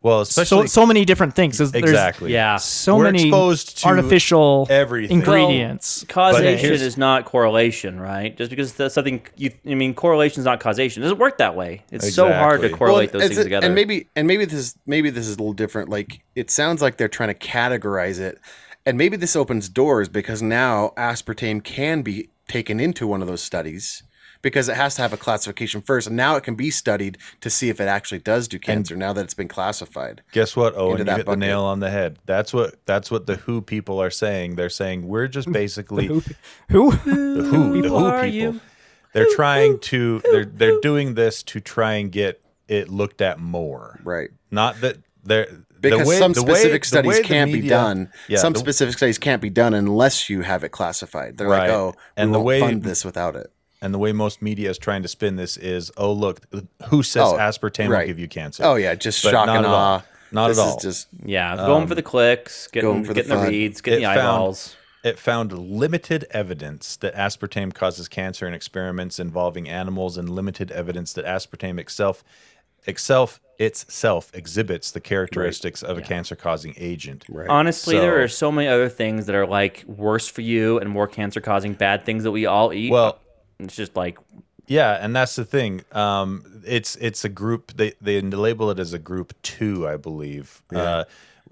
Speaker 1: well
Speaker 2: so,
Speaker 1: especially
Speaker 2: so many different things. There's, there's
Speaker 1: exactly
Speaker 3: Yeah.
Speaker 2: so
Speaker 1: We're
Speaker 2: many
Speaker 1: exposed to
Speaker 2: artificial
Speaker 1: everything.
Speaker 2: ingredients.
Speaker 1: But
Speaker 3: Causation
Speaker 1: here's-
Speaker 3: is not correlation, right? Just because that's something you, I mean, correlation is not causation. It doesn't work that way. It's so hard to
Speaker 1: Exactly.
Speaker 3: correlate
Speaker 4: Well,
Speaker 3: those
Speaker 4: it's
Speaker 3: things
Speaker 4: a-
Speaker 3: together.
Speaker 4: And maybe and maybe this is maybe this is a little different. Like it sounds like they're trying to categorize it, and maybe this opens doors because now aspartame can be taken into one of those studies because it has to have a classification first, and now it can be studied to see if it actually does do cancer. now that it's been classified,
Speaker 1: Guess what, Owen?
Speaker 4: into
Speaker 1: You
Speaker 4: that
Speaker 1: hit the
Speaker 4: bucket.
Speaker 1: nail on the head. That's what that's what the Who people are saying. They're saying we're just basically the
Speaker 2: Who?
Speaker 1: Who, the Who people.
Speaker 3: people are you?
Speaker 1: They're trying to they're they're doing this to try and get it looked at more.
Speaker 4: right?
Speaker 1: Not that they're
Speaker 4: Because
Speaker 1: the way,
Speaker 4: some
Speaker 1: the way-
Speaker 4: specific
Speaker 1: the
Speaker 4: studies
Speaker 1: way the
Speaker 4: can't be
Speaker 1: media-
Speaker 4: done.
Speaker 1: Yeah,
Speaker 4: some
Speaker 1: the-
Speaker 4: specific studies can't be done unless you have it classified. They're
Speaker 1: Right.
Speaker 4: like, oh, we
Speaker 1: And
Speaker 4: and
Speaker 1: the
Speaker 4: won't
Speaker 1: way-
Speaker 4: fund this without it.
Speaker 1: and the way most media is trying to spin this is, oh look, who says
Speaker 4: Oh,
Speaker 1: aspartame will
Speaker 4: right.
Speaker 1: give you cancer?
Speaker 4: Oh yeah, just
Speaker 1: But
Speaker 4: shock
Speaker 1: not
Speaker 4: and
Speaker 1: at all.
Speaker 4: awe.
Speaker 1: Not
Speaker 4: this
Speaker 1: at all.
Speaker 4: Is just
Speaker 3: Yeah, going for the clicks, getting,
Speaker 4: going for the
Speaker 3: getting the,
Speaker 4: fun.
Speaker 3: reads, getting
Speaker 1: Um, It
Speaker 3: the
Speaker 1: found-
Speaker 3: eyeballs.
Speaker 1: It found limited evidence that aspartame causes cancer in experiments involving animals, and limited evidence that aspartame itself, itself, itself exhibits the characteristics of a cancer-causing agent.
Speaker 4: right.
Speaker 3: Honestly,
Speaker 1: So-
Speaker 3: there are so many other things that are like worse for you and more cancer-causing bad things that we all eat.
Speaker 1: Well,
Speaker 3: it's just like
Speaker 1: yeah, and that's the thing. Um, it's it's a group. They they label it as a group two, I believe. Uh,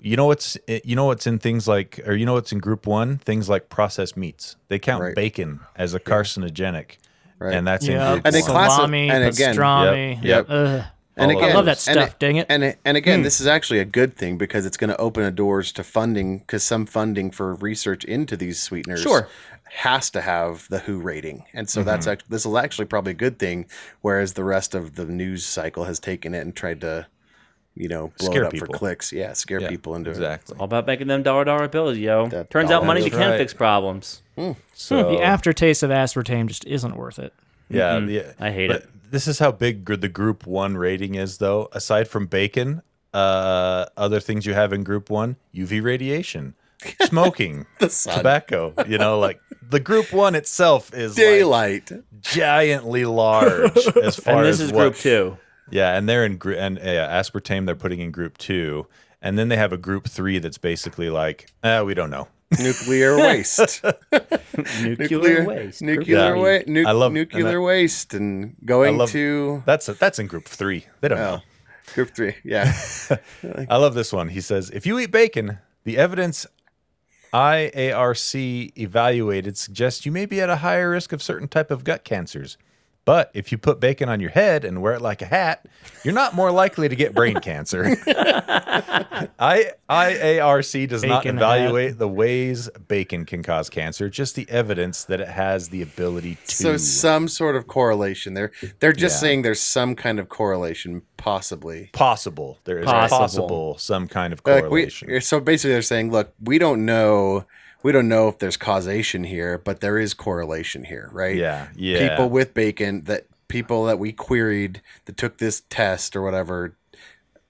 Speaker 1: you know what's you know what's in things like, or you know what's in group one? Things like processed meats. They count
Speaker 4: Right.
Speaker 1: bacon as a carcinogenic,
Speaker 4: Right.
Speaker 1: and that's in
Speaker 2: Yeah,
Speaker 1: group
Speaker 4: And they
Speaker 1: one.
Speaker 4: classi-
Speaker 2: salami,
Speaker 4: and again-
Speaker 2: pastrami.
Speaker 1: Yep, yep.
Speaker 2: Ugh.
Speaker 4: and
Speaker 1: all of Hmm.
Speaker 4: again,
Speaker 1: I love
Speaker 2: that
Speaker 4: and
Speaker 2: stuff, dang it.
Speaker 4: And and again, this is actually a good thing because it's going to open the doors to funding because some funding for research into these sweeteners
Speaker 3: Sure.
Speaker 4: has to have the WHO rating, and so
Speaker 1: Mm-hmm.
Speaker 4: that's act- this is actually probably a good thing. Whereas the rest of the news cycle has taken it and tried to, you know, blow
Speaker 1: Scare
Speaker 4: it up
Speaker 1: people.
Speaker 4: for clicks. Yeah, scare
Speaker 1: Yeah,
Speaker 4: people into it.
Speaker 1: exactly.
Speaker 3: all about making them dollar-dollar bills, yo.
Speaker 4: That
Speaker 3: Turns out
Speaker 4: dollar
Speaker 3: money you
Speaker 1: bill.
Speaker 3: can
Speaker 1: Right.
Speaker 3: fix problems.
Speaker 1: So
Speaker 3: Hmm,
Speaker 2: The aftertaste of aspartame just isn't worth it.
Speaker 1: Yeah, yeah.
Speaker 3: Mm-hmm. I hate
Speaker 1: But
Speaker 3: it.
Speaker 1: This is how big gr- the group one rating is, though. Aside from bacon, uh, other things you have in group one: UV radiation, smoking,
Speaker 4: sun.
Speaker 1: tobacco. You know, like the group one itself is like,
Speaker 4: Daylight.
Speaker 1: giantly large as far
Speaker 3: And this
Speaker 1: as
Speaker 3: is
Speaker 1: what-
Speaker 3: group two.
Speaker 1: Yeah, and they're in group and uh, yeah, aspartame they're putting in group two, and then they have a group three that's basically like, eh, we don't know.
Speaker 4: nuclear waste.
Speaker 3: Nuclear waste. Group
Speaker 4: Nuclear
Speaker 3: three.
Speaker 4: waste. Nu-
Speaker 1: I love-
Speaker 4: nuclear
Speaker 1: and I-
Speaker 4: waste and going
Speaker 1: love-
Speaker 4: to
Speaker 1: That's that's in group three. They
Speaker 3: Oh.
Speaker 1: don't know.
Speaker 4: group three. Yeah.
Speaker 1: I love this one. He says, if you eat bacon, the evidence IARC evaluated suggests you may be at a higher risk of certain type of gut cancers. But if you put bacon on your head and wear it like a hat, you're not more likely to get brain cancer. I, IARC does not
Speaker 2: Bacon
Speaker 1: evaluate the ways bacon can cause cancer, just the evidence that it has the ability to.
Speaker 4: So some sort of correlation. They're they're just
Speaker 1: Yeah.
Speaker 4: saying there's some kind of correlation, possibly.
Speaker 1: possible. There is
Speaker 3: Possible.
Speaker 1: possible, some kind of
Speaker 4: Like we, eh,
Speaker 1: correlation.
Speaker 4: so basically, they're saying, look, we don't know, we don't know if there's causation here, but there is correlation here, right?
Speaker 1: yeah, yeah.
Speaker 4: People with bacon that people that we queried that took this test or whatever,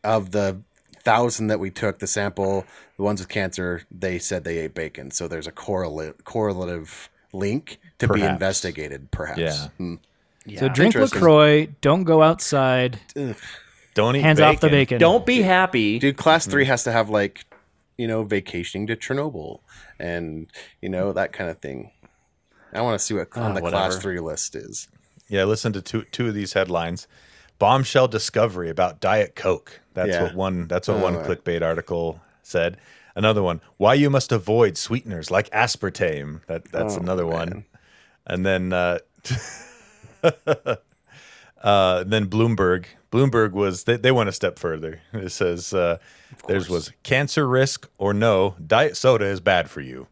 Speaker 4: of the thousand that we took the sample, the ones with cancer, they said they ate bacon. So there's a correlate correlative link to be
Speaker 1: Perhaps.
Speaker 4: investigated, perhaps.
Speaker 1: Yeah.
Speaker 4: Hmm.
Speaker 2: So drink
Speaker 4: Interesting.
Speaker 2: LaCroix, don't go outside,
Speaker 1: Don't eat
Speaker 2: hands off the bacon.
Speaker 3: Don't be happy.
Speaker 4: dude class
Speaker 1: Mm.
Speaker 4: three has to have like you know vacationing to chernobyl and you know that kind of thing i want to see what
Speaker 1: Ah,
Speaker 4: on the class
Speaker 3: whatever.
Speaker 4: three list is
Speaker 1: Yeah, listen to two two of these headlines. Bombshell discovery about Diet Coke. That's
Speaker 4: Yeah. Oh.
Speaker 1: what one that's what one clickbait article said. Another one, why you must avoid sweeteners like aspartame. That
Speaker 4: Oh,
Speaker 1: that's another one. And then uh uh then Bloomberg. Bloomberg was they, they went a step further. It says uh theirs was cancer risk or no, diet soda is bad for you.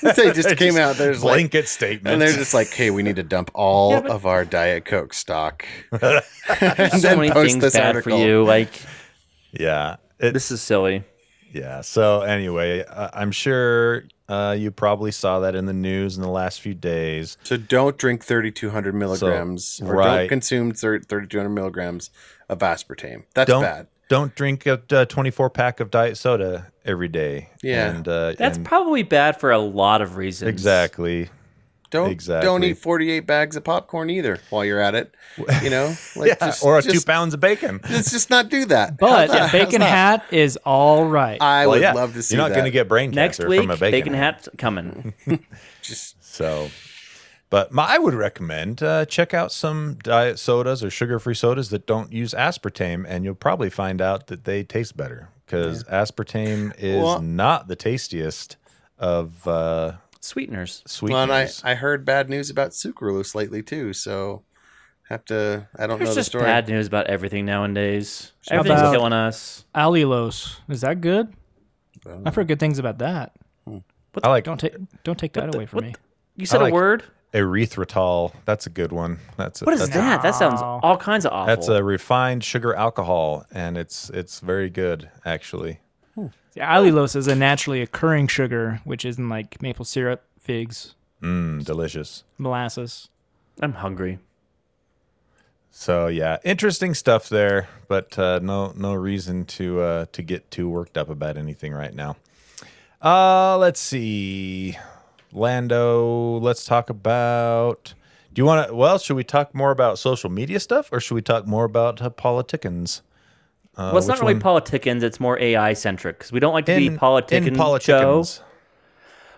Speaker 4: they just came out there's like
Speaker 1: Blanket statement.
Speaker 4: and they're just like hey we need to dump all of our diet coke stock and
Speaker 3: so many things bad for you. Like
Speaker 1: yeah. It,
Speaker 3: this is silly.
Speaker 1: Yeah. So anyway, I- I'm sure uh, you probably saw that in the news in the last few days.
Speaker 4: So don't drink 3,200 milligrams or
Speaker 1: right.
Speaker 4: don't consume thir- 3,200 milligrams of aspartame. That's
Speaker 1: Don't
Speaker 4: bad.
Speaker 1: don't drink a uh, 24 pack of diet soda every day.
Speaker 4: Yeah.
Speaker 1: And, uh,
Speaker 3: That's
Speaker 1: and-
Speaker 3: probably bad for a lot of reasons.
Speaker 1: exactly.
Speaker 4: Don't don't
Speaker 1: exactly.
Speaker 4: eat 48 bags of popcorn either while you're at it. You know, like
Speaker 1: Yeah, or a two
Speaker 4: just,
Speaker 1: pounds of bacon.
Speaker 4: Let's just not do that.
Speaker 2: But
Speaker 4: How's that?
Speaker 2: a
Speaker 4: How's
Speaker 2: bacon
Speaker 4: that?
Speaker 2: hat is all right.
Speaker 4: I
Speaker 1: Well,
Speaker 4: would
Speaker 1: yeah,
Speaker 4: love to see
Speaker 1: You're not
Speaker 4: that.
Speaker 1: going to get brain
Speaker 3: Next
Speaker 1: cancer
Speaker 3: week,
Speaker 1: from a
Speaker 3: bacon,
Speaker 1: bacon, hat.
Speaker 3: hat coming.
Speaker 4: just
Speaker 1: So, but my, I would recommend uh, check out some diet sodas or sugar-free sodas that don't use aspartame, and you'll probably find out that they taste better because aspartame is
Speaker 4: Well-
Speaker 1: not the tastiest of uh,
Speaker 3: Sweeteners.
Speaker 1: sweeteners.
Speaker 4: well, and I, I heard bad news about sucralose lately too, so have to I don't know
Speaker 3: There's
Speaker 4: the
Speaker 3: just
Speaker 4: story.
Speaker 3: bad news about everything nowadays. Everything's
Speaker 2: about-
Speaker 3: killing us.
Speaker 2: Allulose. Is that good?
Speaker 4: don't
Speaker 2: I've heard good things about that.
Speaker 1: I like
Speaker 2: Don't take don't take that away from me.
Speaker 3: You said
Speaker 1: like-
Speaker 3: a word?
Speaker 1: erythritol. That's a good one. That's a,
Speaker 3: What is
Speaker 1: that's,
Speaker 3: that? That sounds
Speaker 2: No.
Speaker 3: all kinds of awful.
Speaker 1: That's a refined sugar alcohol, and it's it's very good actually.
Speaker 2: Yeah, allulose is a naturally occurring sugar, which is in like maple syrup, figs,
Speaker 1: Mm, delicious.
Speaker 2: molasses.
Speaker 3: I'm
Speaker 1: uh,
Speaker 3: hungry.
Speaker 1: So yeah, interesting stuff there, but uh, no no reason to uh, to get too worked up about anything right now. Uh, let's see, Lando. Let's talk about. Do you want to? Well, should we talk more about social media stuff, or should we talk more about uh, politicans?
Speaker 3: well, it's not
Speaker 1: which
Speaker 3: really
Speaker 1: one? politicians?
Speaker 3: politicians. It's more AI centric because we don't like to be politician
Speaker 1: in
Speaker 3: Joe.
Speaker 1: politicans.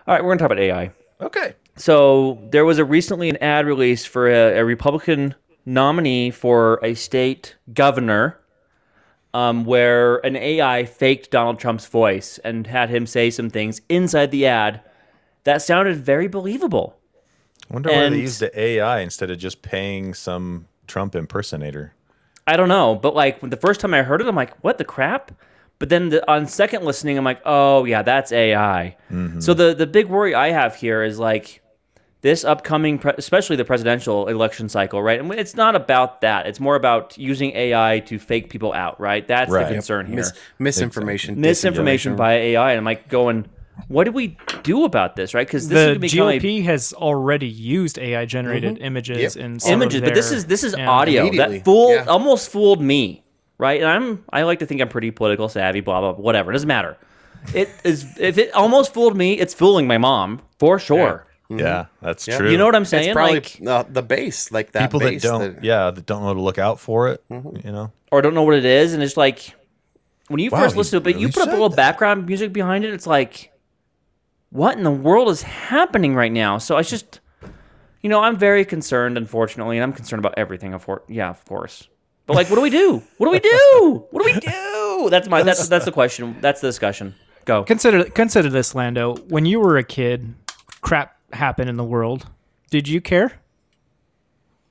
Speaker 3: All right, we're gonna talk about AI.
Speaker 1: Okay.
Speaker 3: So there was a recently an ad release for a, a Republican nominee for a state governor, um, where an AI faked Donald Trump's voice and had him say some things inside the ad that sounded very believable.
Speaker 1: Wonder why
Speaker 3: And-
Speaker 1: they used the AI instead of just paying some Trump impersonator.
Speaker 3: I don't know, but like when the first time I heard it, I'm like, what the crap? But then the, on second listening, I'm like, oh yeah, that's AI. So the the big worry I have here is like this upcoming, pre- especially the presidential election cycle, right? And it's not about that; it's more about using AI to fake people out, right? That's
Speaker 1: Right.
Speaker 3: the concern here.
Speaker 4: Mis- misinformation.
Speaker 3: Misinformation by AI, and I'm like going, what do we do about this, right? Because this is
Speaker 2: The
Speaker 3: gonna become a-
Speaker 2: GOP has already used AI generated images
Speaker 4: Yep.
Speaker 2: in some of
Speaker 3: images, but this
Speaker 2: their-
Speaker 3: is this is
Speaker 2: yeah.
Speaker 3: audio
Speaker 4: Immediately,
Speaker 3: that fooled
Speaker 4: yeah.
Speaker 3: almost fooled me, right? And I'm I like to think I'm pretty political savvy, blah blah, whatever. It doesn't matter. It is if it almost fooled me, it's fooling my mom for sure.
Speaker 1: Yeah, that's true.
Speaker 3: You know what I'm
Speaker 4: It's
Speaker 3: saying?
Speaker 4: probably
Speaker 3: like,
Speaker 4: uh, the base, like that
Speaker 1: people that
Speaker 4: base.
Speaker 1: don't, yeah, that don't know how to look out for it. You know,
Speaker 3: or don't know what it is, and it's like when you
Speaker 1: Wow,
Speaker 3: first
Speaker 1: he
Speaker 3: listen to it, but you
Speaker 1: really
Speaker 3: put up a
Speaker 1: said
Speaker 3: little
Speaker 1: that.
Speaker 3: background music behind it, it's like, what in the world is happening right now? So I just, you know, I'm very concerned, unfortunately, and I'm concerned about everything. Of course, yeah, of course. But like, what do we do? What do we do? What do we do? That's my that's that's the question. That's the discussion. Go.
Speaker 2: Consider consider this, Lando. When you were a kid, crap happened in the world. Did you care?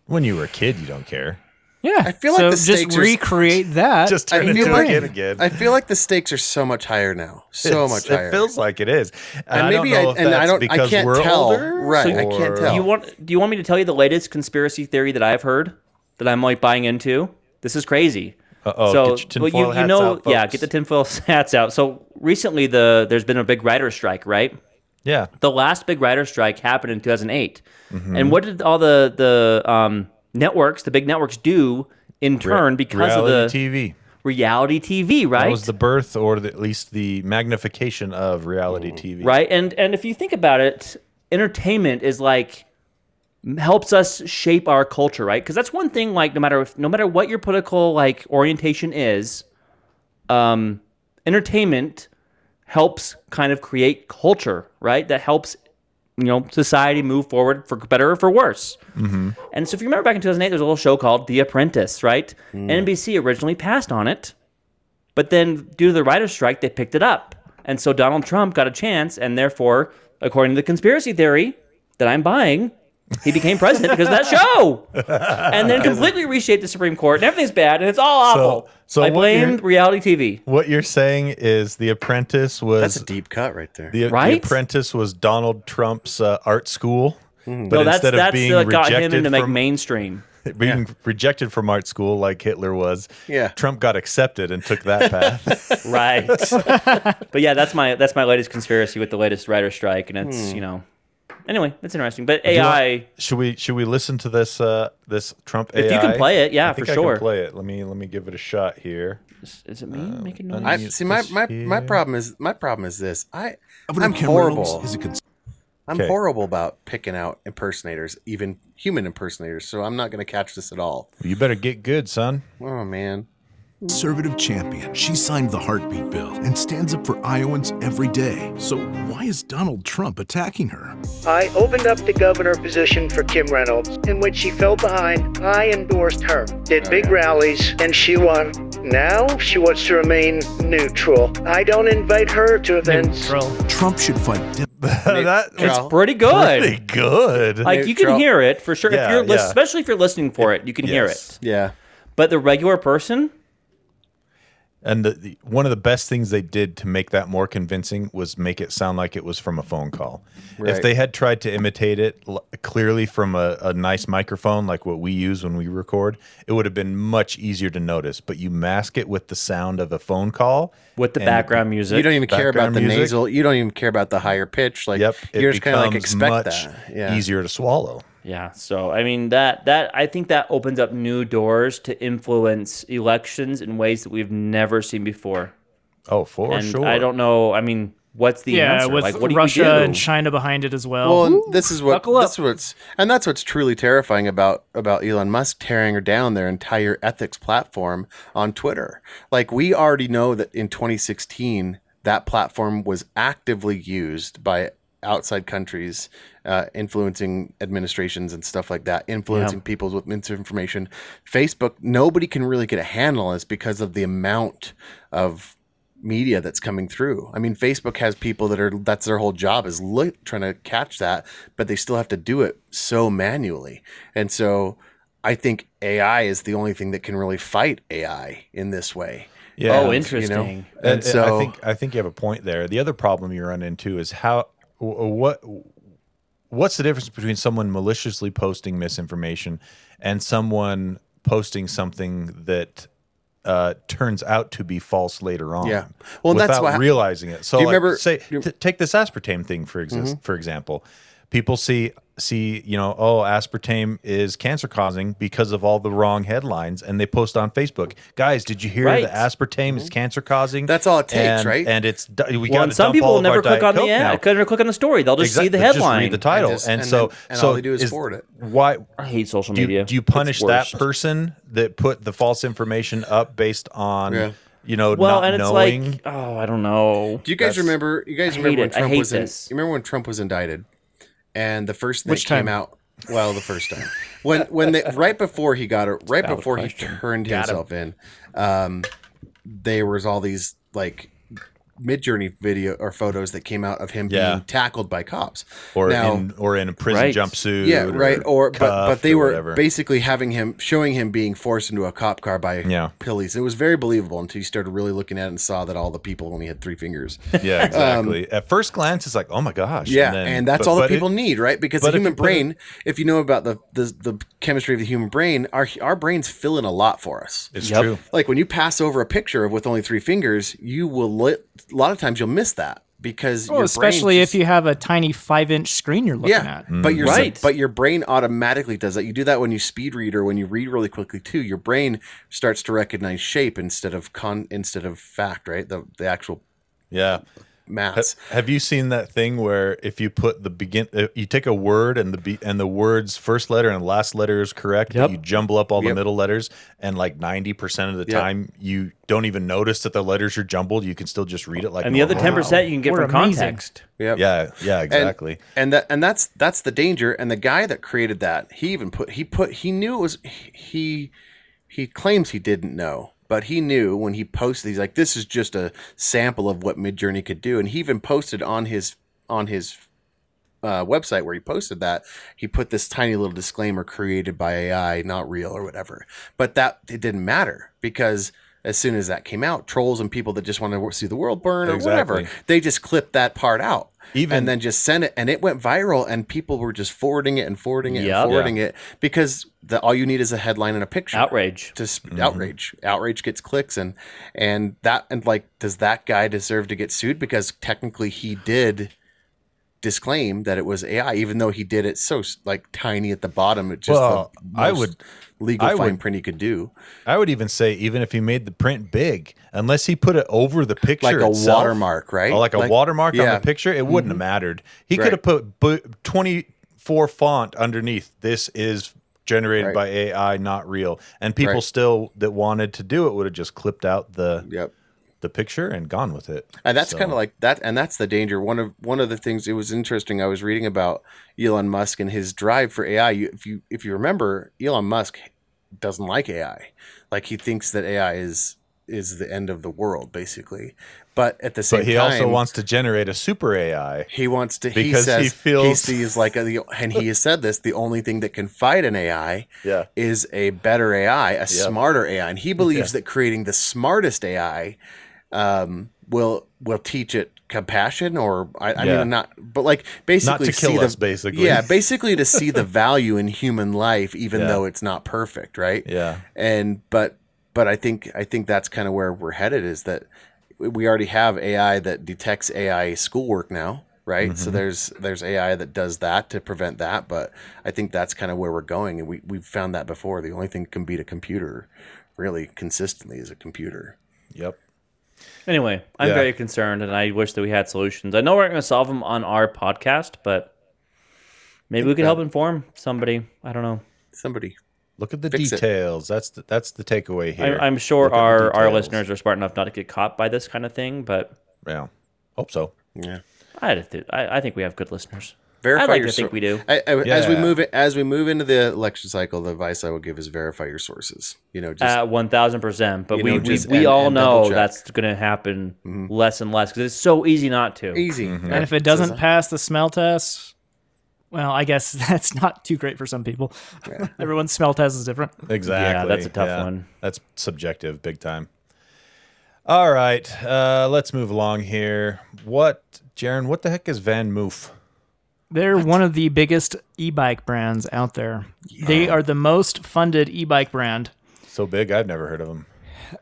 Speaker 1: when you were a kid, you don't care.
Speaker 2: Yeah. I
Speaker 4: feel like
Speaker 2: so
Speaker 4: the
Speaker 2: just
Speaker 4: stakes are-
Speaker 2: recreate that.
Speaker 1: Just
Speaker 4: I
Speaker 1: turn into
Speaker 4: feel
Speaker 1: a
Speaker 4: like-
Speaker 1: kid again.
Speaker 4: I feel like the stakes are so much higher now. So
Speaker 1: It's-
Speaker 4: much higher.
Speaker 1: It feels like it is. And,
Speaker 4: And
Speaker 1: maybe
Speaker 4: maybe
Speaker 1: I don't
Speaker 4: I-
Speaker 1: know if
Speaker 4: and I
Speaker 1: that's
Speaker 4: don't- I
Speaker 1: because
Speaker 4: can't
Speaker 1: we're
Speaker 4: tell.
Speaker 1: older.
Speaker 4: Right, I can't
Speaker 1: or-
Speaker 4: tell.
Speaker 3: You want? Do you want me to tell you the latest conspiracy theory that I've heard that I'm like buying into? This is crazy.
Speaker 1: Uh-oh,
Speaker 3: So,
Speaker 1: get your tinfoil
Speaker 3: but you, you
Speaker 1: hats
Speaker 3: know,
Speaker 1: out,
Speaker 3: yeah,
Speaker 1: folks.
Speaker 3: get the tinfoil hats out. So recently, the there's been a big writer strike, right?
Speaker 1: Yeah,
Speaker 3: The last big writer strike happened in 2008,
Speaker 1: Mm-hmm.
Speaker 3: and what did all the the um, networks, the big networks, do in turn because of the
Speaker 1: reality TV.
Speaker 3: reality TV, right?
Speaker 1: That was the birth, or the, at least the magnification of reality TV.
Speaker 3: right and and if you think about it entertainment is like helps us shape our culture right because that's one thing like no matter if, no matter what your political like orientation is um entertainment helps kind of create culture right that helps you know society move forward for better or for worse
Speaker 1: Mm-hmm.
Speaker 3: and so if you remember back in 2008 there was a little show called the apprentice right
Speaker 1: Mm.
Speaker 3: nbc originally passed on it but then, due to the writer's strike, they picked it up. And so Donald Trump got a chance, and therefore, according to the conspiracy theory that I'm buying, he became president because of that show. And then completely reshaped the Supreme Court, and everything's bad, and it's all
Speaker 1: So-
Speaker 3: awful.
Speaker 1: so
Speaker 3: I
Speaker 1: what you're-
Speaker 3: blame reality TV.
Speaker 1: What you're saying is The Apprentice
Speaker 4: That's
Speaker 1: was
Speaker 4: a deep cut right there.
Speaker 1: The,
Speaker 3: Right?
Speaker 1: the Apprentice was Donald Trump's uh, art school, but
Speaker 3: no, that's
Speaker 1: instead
Speaker 4: Hmm.
Speaker 3: that's
Speaker 1: of being
Speaker 3: what got
Speaker 1: rejected
Speaker 3: him into like
Speaker 1: from,
Speaker 3: mainstream.
Speaker 1: being rejected from art school like Hitler was.
Speaker 4: Yeah.
Speaker 1: Trump got accepted and took that path.
Speaker 3: right. but yeah, that's my that's my latest conspiracy with the latest writer strike, and it's you know, anyway, it's interesting. But
Speaker 1: Hmm. you
Speaker 3: AI,
Speaker 1: should we should we listen to this uh this Trump AI?
Speaker 3: if you can play it, yeah,
Speaker 1: I think
Speaker 3: for
Speaker 1: I
Speaker 3: sure.
Speaker 1: Can play it. Let me let me give it a shot here.
Speaker 3: Is, is it me making
Speaker 1: let
Speaker 3: noise?
Speaker 4: I
Speaker 1: me-
Speaker 4: see my, my,
Speaker 1: Yeah.
Speaker 4: my problem is my problem is this. I
Speaker 5: Governor
Speaker 4: I'm
Speaker 5: Kim
Speaker 4: horrible.
Speaker 5: Reynolds is a cons-
Speaker 4: I'm
Speaker 1: Okay.
Speaker 4: horrible about picking out impersonators, even human impersonators, so I'm not going to catch this at all.
Speaker 1: You better get good, son.
Speaker 4: Oh man.
Speaker 5: conservative champion. She signed the heartbeat bill and stands up for Iowans every day. So why is Donald Trump attacking her?
Speaker 6: I opened up the governor position for Kim Reynolds, and when she fell behind, I endorsed her. Did big rallies, and she won. Now she wants to remain neutral. I don't invite her to events.
Speaker 2: Troll.
Speaker 5: Trump should fight de-
Speaker 1: that
Speaker 4: It's
Speaker 1: it's
Speaker 4: Well,
Speaker 3: Pretty good.
Speaker 1: pretty good.
Speaker 3: Like you can
Speaker 4: Neutral.
Speaker 3: hear it for sure. if
Speaker 1: Yeah,
Speaker 3: you're lis-
Speaker 1: yeah.
Speaker 3: especially if you're listening for it, you can hear
Speaker 1: Yes.
Speaker 3: it.
Speaker 4: Yeah.
Speaker 3: But the regular person,
Speaker 1: and the, the one of the best things they did to make that more convincing was make it sound like it was from a phone call. If
Speaker 4: Right.
Speaker 1: they had tried to imitate it l- clearly from a, a nice microphone like what we use when we record, it would have been much easier to notice. But you mask it with the sound of a phone call
Speaker 3: with the
Speaker 1: and-
Speaker 3: background music,
Speaker 4: You don't even care about
Speaker 1: background
Speaker 4: the
Speaker 1: music.
Speaker 4: nasal. You don't even care about the higher pitch. Like
Speaker 1: Yep, it
Speaker 4: you're just kind of like
Speaker 1: becomes
Speaker 4: expect
Speaker 1: much
Speaker 4: that. Yeah.
Speaker 1: easier to swallow.
Speaker 3: Yeah. So I mean that that I think that opens up new doors to influence elections in ways that we've never seen before.
Speaker 1: Oh, for
Speaker 3: and
Speaker 1: sure.
Speaker 3: I don't know. I mean, what's the
Speaker 2: Yeah,
Speaker 3: answer?
Speaker 2: with
Speaker 3: like, what do
Speaker 2: Russia
Speaker 3: you do?
Speaker 2: and China behind it as well.
Speaker 4: Well, and this is what
Speaker 2: buckle up.
Speaker 4: this is what's and that's what's truly terrifying about about Elon Musk tearing her down their entire ethics platform on Twitter. Like we already know that in 2016 that platform was actively used by outside countries uh, influencing administrations and stuff like that influencing people with misinformation facebook nobody can really get a handle on this because of the amount of media that's coming through. I mean, Facebook has people that are that's their whole job is look, trying to catch that, but they still have to do it so manually. And so I think AI is the only thing that can really fight AI in this way. Um,
Speaker 1: Yeah.
Speaker 3: oh,
Speaker 1: you
Speaker 3: interesting.
Speaker 4: And, so
Speaker 1: I think I think you have a point there. The other problem you run into is how wh- what what's the difference between someone maliciously posting misinformation and someone posting something that uh, turns out to be false later on.
Speaker 4: Yeah. Well, that's
Speaker 1: without
Speaker 4: what hap-
Speaker 1: realizing it. So,
Speaker 4: Do you
Speaker 1: like,
Speaker 4: remember-
Speaker 1: say,
Speaker 4: do you- Mm-hmm.
Speaker 1: t- take this aspartame thing for exist for example. People see see you know oh aspartame is cancer causing because of all the wrong headlines and they post on Facebook. Guys, did you hear
Speaker 3: Right.
Speaker 1: the aspartame is
Speaker 4: Mm-hmm.
Speaker 1: cancer causing?
Speaker 4: That's all it takes,
Speaker 1: and,
Speaker 4: right?
Speaker 1: And it's d- we
Speaker 3: Well,
Speaker 1: got
Speaker 3: and some people will never click on the ad, could never click on the story. They'll just see the headline.
Speaker 1: read the title,
Speaker 4: And just-
Speaker 1: and,
Speaker 4: and
Speaker 1: so
Speaker 4: then- and
Speaker 1: so
Speaker 4: all they do is forward it.
Speaker 1: Why
Speaker 3: I hate social
Speaker 1: do you,
Speaker 3: media.
Speaker 1: do you
Speaker 3: It's
Speaker 1: punish that
Speaker 3: worst.
Speaker 1: person that put the false information up based on
Speaker 4: Yeah.
Speaker 1: you know
Speaker 3: Well,
Speaker 1: not
Speaker 3: and it's
Speaker 1: knowing?
Speaker 3: like, oh, I don't know.
Speaker 4: do you guys
Speaker 1: that's-
Speaker 4: remember you guys
Speaker 3: I hate
Speaker 4: remember when
Speaker 3: it. I
Speaker 4: Trump
Speaker 3: hate
Speaker 4: was in,
Speaker 3: this.
Speaker 4: you remember when Trump was indicted and the first thing
Speaker 2: Which
Speaker 4: that came
Speaker 2: time?
Speaker 4: out well the first time when when they right before he got it right
Speaker 3: valid
Speaker 4: before he
Speaker 3: question.
Speaker 4: turned himself in um there was all these like mid-journey video or photos that came out of him
Speaker 1: Yeah.
Speaker 4: being tackled by cops
Speaker 1: or
Speaker 4: Now-
Speaker 1: in or in a prison
Speaker 3: Right.
Speaker 1: jumpsuit,
Speaker 4: yeah right or but but
Speaker 1: cuffed
Speaker 4: they
Speaker 1: or
Speaker 4: were
Speaker 1: whatever.
Speaker 4: basically having him showing him being forced into a cop car by
Speaker 1: Yeah.
Speaker 4: police it was very believable until you started really looking at it and saw that all the people only had three fingers
Speaker 1: yeah exactly. At first glance, it's like oh my gosh,
Speaker 4: um, Yeah, and,
Speaker 1: then-
Speaker 4: that's
Speaker 1: but-
Speaker 4: all the
Speaker 1: but it-
Speaker 4: people need, right? Because
Speaker 1: but
Speaker 4: the
Speaker 1: if
Speaker 4: human
Speaker 1: you put it-
Speaker 4: brain, if you know about the, the the chemistry of the human brain, our our brains fill in a lot for us.
Speaker 1: It's
Speaker 3: Yep.
Speaker 1: true.
Speaker 4: Like when you pass over a picture of with only three fingers, you will li- a lot of times you'll miss that because
Speaker 2: Well,
Speaker 4: your
Speaker 2: especially
Speaker 4: brain
Speaker 2: if you have a tiny five-inch screen you're looking
Speaker 4: yeah,
Speaker 2: at.
Speaker 4: but your
Speaker 1: Mm-hmm.
Speaker 3: Right.
Speaker 4: but your brain automatically does that. You do that when you speed read or when you read really quickly too. Your brain starts to recognize shape instead of con instead of fact, right? The the actual
Speaker 1: Yeah.
Speaker 4: mass.
Speaker 1: Have you seen that thing where if you put the begin, uh, you take a word and the be- and the word's first letter and last letter is correct,
Speaker 3: Yep.
Speaker 1: but you jumble up all
Speaker 4: Yep.
Speaker 1: the middle letters, and like ninety percent of the
Speaker 4: Yep.
Speaker 1: time you don't even notice that the letters are jumbled. You can still just read it like.
Speaker 3: And the other ten
Speaker 1: normal.
Speaker 3: percent you can get
Speaker 2: We're
Speaker 3: from
Speaker 2: amazing.
Speaker 3: context.
Speaker 4: Yep.
Speaker 1: Yeah, yeah,
Speaker 4: And-
Speaker 1: exactly.
Speaker 4: And that and that's that's the danger. And the guy that created that, he even put he put he knew it was he he claims he didn't know, but he knew when he posted he's like, this is just a sample of what Midjourney could do. And he even posted on his on his uh, website where he posted that he put this tiny little disclaimer created by AI, not real or whatever. But that it didn't matter because as soon as that came out, trolls and people that just want to see the world burn or whatever,
Speaker 1: Exactly.
Speaker 4: they just clipped that part out.
Speaker 1: Even-
Speaker 4: and then just sent it and it went viral and people were just forwarding it and forwarding it
Speaker 3: Yep.
Speaker 4: and forwarding it because the, all you need is a headline and a picture
Speaker 3: Outrage.
Speaker 4: to
Speaker 1: Mm-hmm.
Speaker 4: sp- outrage outrage gets clicks and and that and like does that guy deserve to get sued because technically he did disclaim that it was ai even though he did it so s- like tiny at the bottom it just
Speaker 1: Well,
Speaker 4: the
Speaker 1: I
Speaker 4: most
Speaker 1: would-
Speaker 4: legal
Speaker 1: I
Speaker 4: fine
Speaker 1: would-
Speaker 4: print he could do
Speaker 1: I would even say even if he made the print big, unless he put it over the picture,
Speaker 4: like a
Speaker 1: itself,
Speaker 4: watermark right
Speaker 1: or like a watermark on
Speaker 4: yeah. Mm-hmm.
Speaker 1: the picture, it wouldn't have mattered. He
Speaker 4: Right.
Speaker 1: could have put bu- 24 font underneath. This is generated
Speaker 4: Right.
Speaker 1: by AI, not real. And people
Speaker 4: Right.
Speaker 1: still that wanted to do it would have just clipped out the
Speaker 4: yep
Speaker 1: the picture and gone with it.
Speaker 4: and that's
Speaker 1: So-
Speaker 4: kind of like that and that's the danger one of one of the things it was interesting i was reading about elon musk and his drive for ai You- if you if you remember elon musk doesn't like ai like he thinks that ai is is the end of the world basically but at the same
Speaker 1: But he
Speaker 4: time
Speaker 1: also wants to generate a super AI.
Speaker 4: he wants to he
Speaker 1: because he
Speaker 4: says he,
Speaker 1: feels-
Speaker 4: sees like a, the- and he has said this the only thing that can fight an ai
Speaker 1: Yeah.
Speaker 4: is a better AI, a smarter AI, and he believes that creating the smartest AI um, will will teach it compassion, or I, I
Speaker 1: Yeah.
Speaker 4: mean, not, but like basically
Speaker 1: to kill
Speaker 4: see the-
Speaker 1: us, basically.
Speaker 4: yeah, basically to see the value in human life, even
Speaker 1: Yeah.
Speaker 4: though it's not perfect, right?
Speaker 1: Yeah.
Speaker 4: and but but I think I think that's kind of where we're headed is that we already have AI that detects AI schoolwork now, right? So
Speaker 1: Mm-hmm.
Speaker 4: there's there's AI that does that to prevent that, but I think that's kind of where we're going, and we we've found that before. The only thing that can beat a computer really consistently is a computer.
Speaker 1: Yep.
Speaker 3: Anyway, I'm
Speaker 1: Yeah.
Speaker 3: very concerned, and I wish that we had solutions. I know we're not going to solve them on our podcast, but maybe we could help inform somebody. I don't know.
Speaker 4: Somebody,
Speaker 1: Look at the
Speaker 4: Fix it.
Speaker 1: details. That's the, that's the takeaway here.
Speaker 3: I, I'm sure
Speaker 1: Look at the
Speaker 3: our, our
Speaker 1: details.
Speaker 3: listeners are smart enough not to get caught by this kind of thing, but
Speaker 1: Yeah. Hope so.
Speaker 4: yeah.
Speaker 3: I, th- I, I think we have good listeners.
Speaker 4: Verify
Speaker 3: I'd like
Speaker 4: your
Speaker 3: to think
Speaker 4: sor-
Speaker 3: we do.
Speaker 4: I, I, As we
Speaker 1: Yeah.
Speaker 4: move it, as we move into the election cycle, the advice I would give is verify your sources. You know, just
Speaker 3: At one thousand percent, but
Speaker 4: you
Speaker 3: we
Speaker 4: know,
Speaker 3: we,
Speaker 4: just-
Speaker 3: we
Speaker 4: and-
Speaker 3: all
Speaker 4: and double
Speaker 3: know
Speaker 4: check. Mm-hmm.
Speaker 3: that's going to happen less and less because it's so easy not to.
Speaker 4: easy.
Speaker 1: Mm-hmm.
Speaker 2: And if it
Speaker 4: uh,
Speaker 2: doesn't pass the smell test, well, I guess that's not too great for some people. Everyone's smell test is different.
Speaker 1: Exactly.
Speaker 3: that's a tough one.
Speaker 1: That's subjective, big time. All right, uh, let's move along here. What, Jaron? What the heck is Van Moof?
Speaker 2: They're one of the biggest e-bike brands out there. They are the most funded e-bike brand.
Speaker 1: So big, I've never heard of him.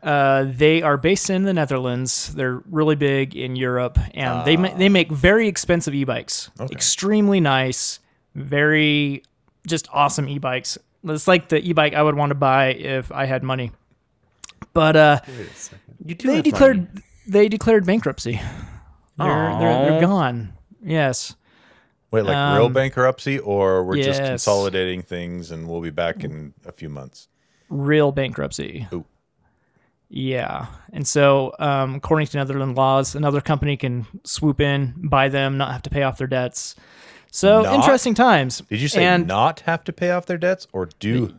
Speaker 2: Uh, they are based in the Netherlands. They're really big in Europe, and they ma- they make very expensive e-bikes. Extremely nice, very just awesome e-bikes. It's like the e-bike I would want to buy if I had money. But uh,
Speaker 3: You do
Speaker 2: they
Speaker 3: have money.
Speaker 2: declared they declared bankruptcy. They're, they're,
Speaker 3: Aw.
Speaker 2: they're gone. Yes.
Speaker 1: Wait, like real
Speaker 2: Um,
Speaker 1: bankruptcy, or we're just
Speaker 2: yes.
Speaker 1: consolidating things, and we'll be back in a few months.
Speaker 2: real bankruptcy.
Speaker 1: Ooh.
Speaker 2: Yeah. And so, um, according to Netherlands laws, another company can swoop in, buy them, not have to pay off their debts. So,
Speaker 1: Not?
Speaker 2: interesting times.
Speaker 1: Did you say
Speaker 2: and,
Speaker 1: not have to pay off their debts, or do?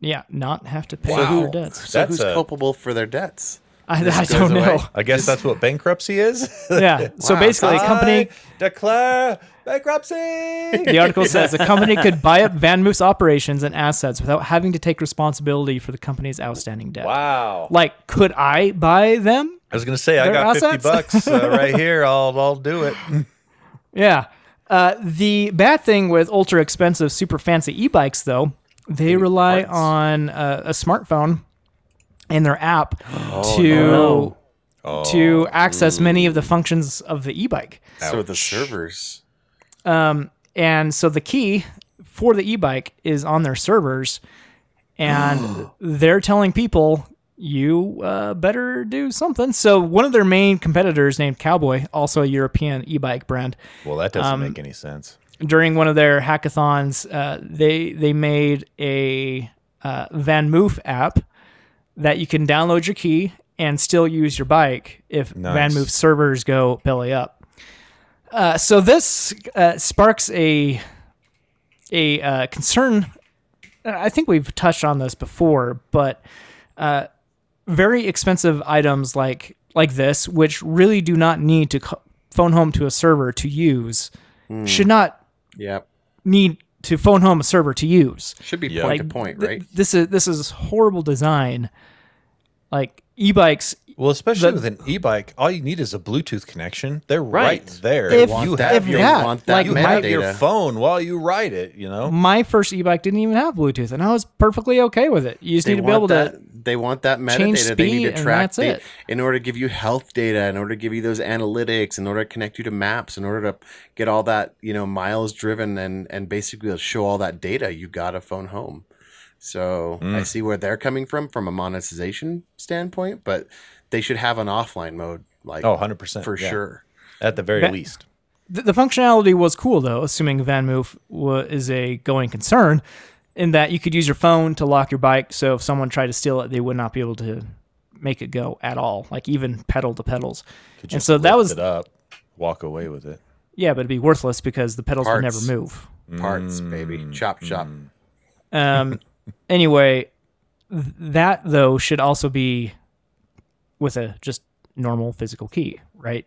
Speaker 2: Yeah, not have to pay
Speaker 4: So
Speaker 2: off
Speaker 4: who-
Speaker 2: their debts.
Speaker 4: So
Speaker 1: That's
Speaker 4: who's
Speaker 1: a-
Speaker 4: culpable for their debts?
Speaker 2: I,
Speaker 4: This
Speaker 2: I
Speaker 4: goes
Speaker 2: don't know.
Speaker 4: away.
Speaker 1: I guess that's what bankruptcy is.
Speaker 2: Yeah. So
Speaker 4: Wow.
Speaker 2: basically, a company.
Speaker 1: I declare bankruptcy.
Speaker 2: The article says a company could buy up Van Moof's operations and assets without having to take responsibility for the company's outstanding debt.
Speaker 1: wow.
Speaker 2: Like, could I buy them?
Speaker 1: I was gonna say I
Speaker 2: Their
Speaker 1: got fifty
Speaker 2: assets?
Speaker 1: bucks uh, right here. I'll I'll do it.
Speaker 2: Yeah. Uh, the bad thing with ultra expensive, super fancy e bikes, though, they rely on uh, a smartphone and their app to to access many of the functions of the e bike.
Speaker 4: So the servers.
Speaker 2: And so the key for the e bike is on their servers, and they're telling people you uh, better do something. So one of their main competitors, named Cowboy, also a European e bike brand,
Speaker 1: Well, that doesn't
Speaker 2: Um,
Speaker 1: make any sense.
Speaker 2: during one of their hackathons, uh, they they made a uh, Van Moof app that you can download your key and still use your bike if Van
Speaker 1: Nice.
Speaker 2: Moof servers go belly up. Uh, so this uh, sparks a a uh, concern. Uh, I think we've touched on this before, but uh, very expensive items like like this, which really do not need to co- phone home to a server to use, should not
Speaker 4: Yeah.
Speaker 2: need to phone home a server to use.
Speaker 4: Should be
Speaker 1: Yeah.
Speaker 4: point
Speaker 2: Like,
Speaker 4: to point,
Speaker 2: th-
Speaker 4: right?
Speaker 2: this is this is horrible design. Like e-bikes,
Speaker 1: Well, especially
Speaker 2: The-
Speaker 1: with an e-bike, all you need is a Bluetooth connection. They're right,
Speaker 3: Right.
Speaker 1: there.
Speaker 2: If-
Speaker 1: you
Speaker 4: that,
Speaker 1: have
Speaker 2: if
Speaker 1: your
Speaker 2: that-
Speaker 4: want that
Speaker 1: you have your
Speaker 4: metadata.
Speaker 1: phone while you ride it. You know,
Speaker 2: my first e-bike didn't even have Bluetooth, and I was perfectly okay with it. You just
Speaker 4: They
Speaker 2: need to be able
Speaker 4: want that.
Speaker 2: to.
Speaker 4: They want that
Speaker 2: change
Speaker 4: metadata. They
Speaker 2: speed
Speaker 4: need to
Speaker 2: and
Speaker 4: track
Speaker 2: that's
Speaker 4: the-
Speaker 2: it.
Speaker 4: in order to give you health data, in order to give you those analytics, in order to connect you to maps, in order to get all that you know miles driven and and basically show all that data. You got a phone home. So I see where they're coming from from a monetization standpoint, but they should have an offline mode, like
Speaker 1: oh, 100 percent
Speaker 4: for sure.
Speaker 1: at the very
Speaker 2: That-
Speaker 1: least.
Speaker 2: The, the functionality was cool though, assuming VanMoof wa is a going concern, in that you could use your phone to lock your bike, so if someone tried to steal it, they would not be able to make it go at all, like even pedal to pedals. And
Speaker 1: Just
Speaker 2: so that
Speaker 1: lift
Speaker 2: was
Speaker 1: it up. Walk away with it.
Speaker 2: yeah, but it'd be worthless because the pedals would never
Speaker 4: Parts.
Speaker 2: move.
Speaker 4: Parts, baby, chop chop.
Speaker 2: Um, anyway, th- that though should also be with a just normal physical key, right?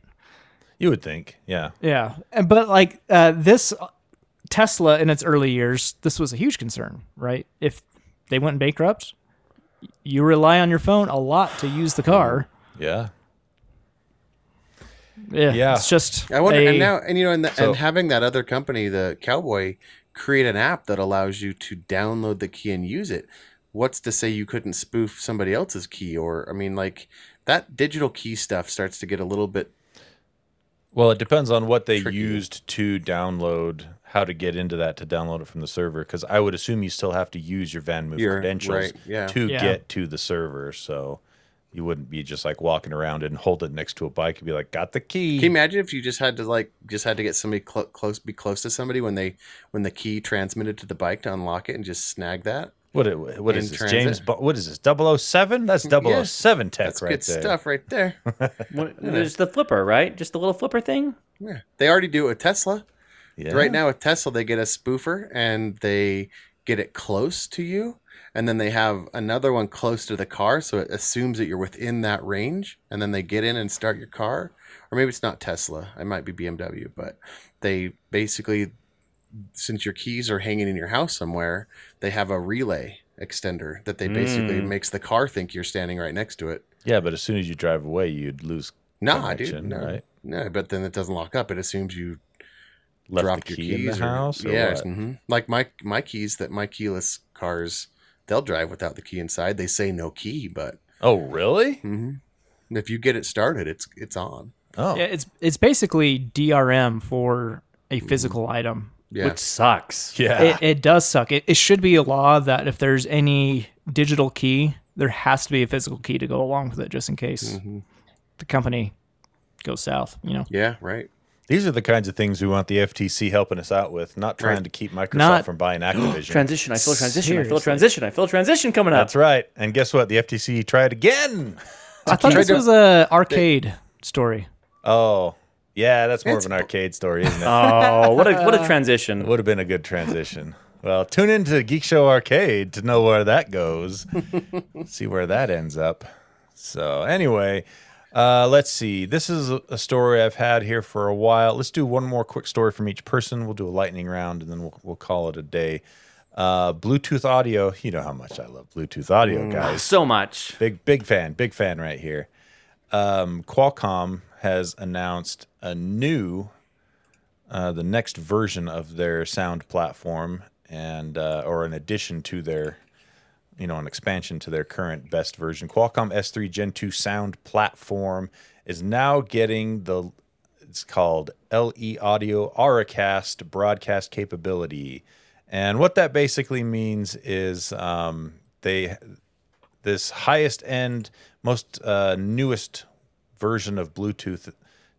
Speaker 1: You would think, yeah.
Speaker 2: Yeah, and- but like uh, this Tesla in its early years, this was a huge concern, right? If they went bankrupt, you rely on your phone a lot to use the car.
Speaker 1: Yeah.
Speaker 2: Yeah,
Speaker 1: Yeah.
Speaker 2: it's just
Speaker 4: I wonder,
Speaker 2: a-
Speaker 4: and now, and you know, and, the,
Speaker 1: So-
Speaker 4: and having that other company, the Cowboy, create an app that allows you to download the key and use it. What's to say you couldn't spoof somebody else's key? Or, I mean, like that digital key stuff starts to get a little bit.
Speaker 1: Well, it depends on what they
Speaker 4: Tricky.
Speaker 1: used to download, how to get into that to download it from the server. Because I would assume you still have to use your Van Move
Speaker 4: Your-
Speaker 1: credentials
Speaker 4: right, yeah.
Speaker 1: to
Speaker 2: Yeah.
Speaker 1: get to the server. So you wouldn't be just like walking around and hold it next to a bike and be like, "Got the key."
Speaker 4: Can you imagine if you just had to like just had to get somebody clo close, be close to somebody when they when the key transmitted to the bike to unlock it and just snag that?
Speaker 1: what? It, what is
Speaker 4: In
Speaker 1: this,
Speaker 4: transit.
Speaker 1: James? Bo- what is this? 007? That's 007 tech
Speaker 4: That's
Speaker 1: right
Speaker 4: good
Speaker 1: there.
Speaker 4: stuff right there.
Speaker 3: What, There's the flipper, right? Just the little flipper thing.
Speaker 4: yeah. They already do it with Tesla.
Speaker 1: Yeah.
Speaker 4: Right now with Tesla, they get a spoofer and they get it close to you, and then they have another one close to the car, so it assumes that you're within that range, and then they get in and start your car. Or maybe it's not Tesla, it might be BMW, but they basically, since your keys are hanging in your house somewhere, they have a relay extender that they basically
Speaker 1: Hmm.
Speaker 4: makes the car think you're standing right next to it.
Speaker 1: Yeah, but as soon as you drive away, you'd lose.
Speaker 4: Nah, dude,
Speaker 1: Connection,
Speaker 4: no,
Speaker 1: right?
Speaker 4: no, but then it doesn't lock up. It assumes you
Speaker 1: Left
Speaker 4: dropped
Speaker 1: the
Speaker 4: your
Speaker 1: key
Speaker 4: keys
Speaker 1: in the
Speaker 4: or-
Speaker 1: house. Or
Speaker 4: yes,
Speaker 1: what?
Speaker 4: mhm. like my my keys that my keyless cars they'll drive without the key inside. They say no key, but
Speaker 1: Oh, really?
Speaker 4: Mm-hmm. if you get it started, it's it's on.
Speaker 1: Oh,
Speaker 2: yeah, it's it's basically DRM for a physical item.
Speaker 4: Yeah,
Speaker 3: Which sucks.
Speaker 1: yeah.
Speaker 2: It, it does suck. It, it should be a law that if there's any digital key, there has to be a physical key to go along with it, just in case
Speaker 1: Mm-hmm.
Speaker 2: the company goes south. You know,
Speaker 4: yeah, right.
Speaker 1: These are the kinds of things we want the FTC helping us out with, not trying to keep Microsoft
Speaker 2: Not-
Speaker 1: from buying Activision.
Speaker 3: Transition. I feel a transition. I feel
Speaker 2: Seriously.
Speaker 3: a transition. I feel a transition coming up.
Speaker 1: That's right. And guess what? The FTC tried again.
Speaker 2: I thought this was a arcade story.
Speaker 1: Oh, yeah, that's more of an arcade story, isn't it?
Speaker 3: Oh, what a what a transition.
Speaker 1: Would have been a good transition. Well, tune into Geek Show Arcade to know where that goes. see where that ends up. So, anyway, uh, let's see. This is a a story I've had here for a while. Let's do one more quick story from each person. We'll do a lightning round and then we'll, we'll call it a day. Uh, Bluetooth audio. You know how much I love Bluetooth audio, guys.
Speaker 3: So much.
Speaker 1: Big big fan, big fan right here. Um, Qualcomm has announced a new, uh, the next version of their sound platform, and uh, or an addition to their, you know, an expansion to their current best version. Qualcomm S3 Gen 2 sound platform is now getting the, it's called LE Audio Auracast broadcast capability, and what that basically means is um, they this highest end, most uh, newest version of Bluetooth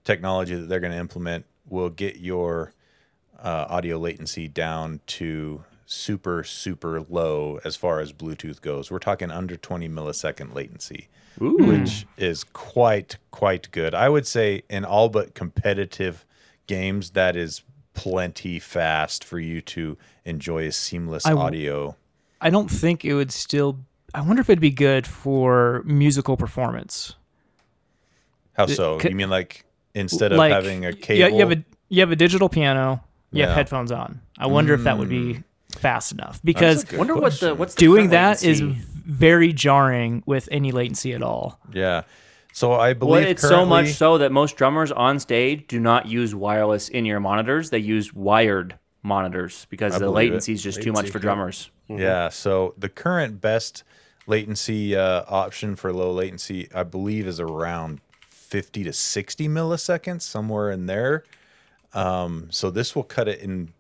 Speaker 1: technology that they're going to implement will get your uh, audio latency down to super super low as far as Bluetooth goes. We're talking under 20 millisecond latency, which is quite quite good. I would say in all but competitive games, that is plenty fast for you to enjoy a seamless
Speaker 2: w-
Speaker 1: audio.
Speaker 2: I don't think it would still. I wonder if it'd be good for musical performance.
Speaker 1: How so?
Speaker 2: c-
Speaker 1: you mean like instead of
Speaker 2: like,
Speaker 1: having a
Speaker 2: y-
Speaker 1: cable?
Speaker 2: you have a you have a digital piano. You
Speaker 1: Yeah. Mm.
Speaker 2: have headphones on. I wonder if that would be fast enough because
Speaker 3: Wonder what the what's the
Speaker 2: doing
Speaker 3: current
Speaker 2: that is
Speaker 3: latency?
Speaker 2: very jarring with any latency at all.
Speaker 1: Yeah. So I believe
Speaker 3: Well, it's so much
Speaker 1: currently-
Speaker 3: so that most drummers on stage do not use wireless in-ear monitors. They use wired monitors because the
Speaker 1: believe it.
Speaker 3: latency is just too much for drummers.
Speaker 1: Yeah.
Speaker 3: Mm-hmm.
Speaker 1: So the current best latency uh, option for low latency, I believe, is around 50 to 60 milliseconds, somewhere in there. Um, so this will cut it in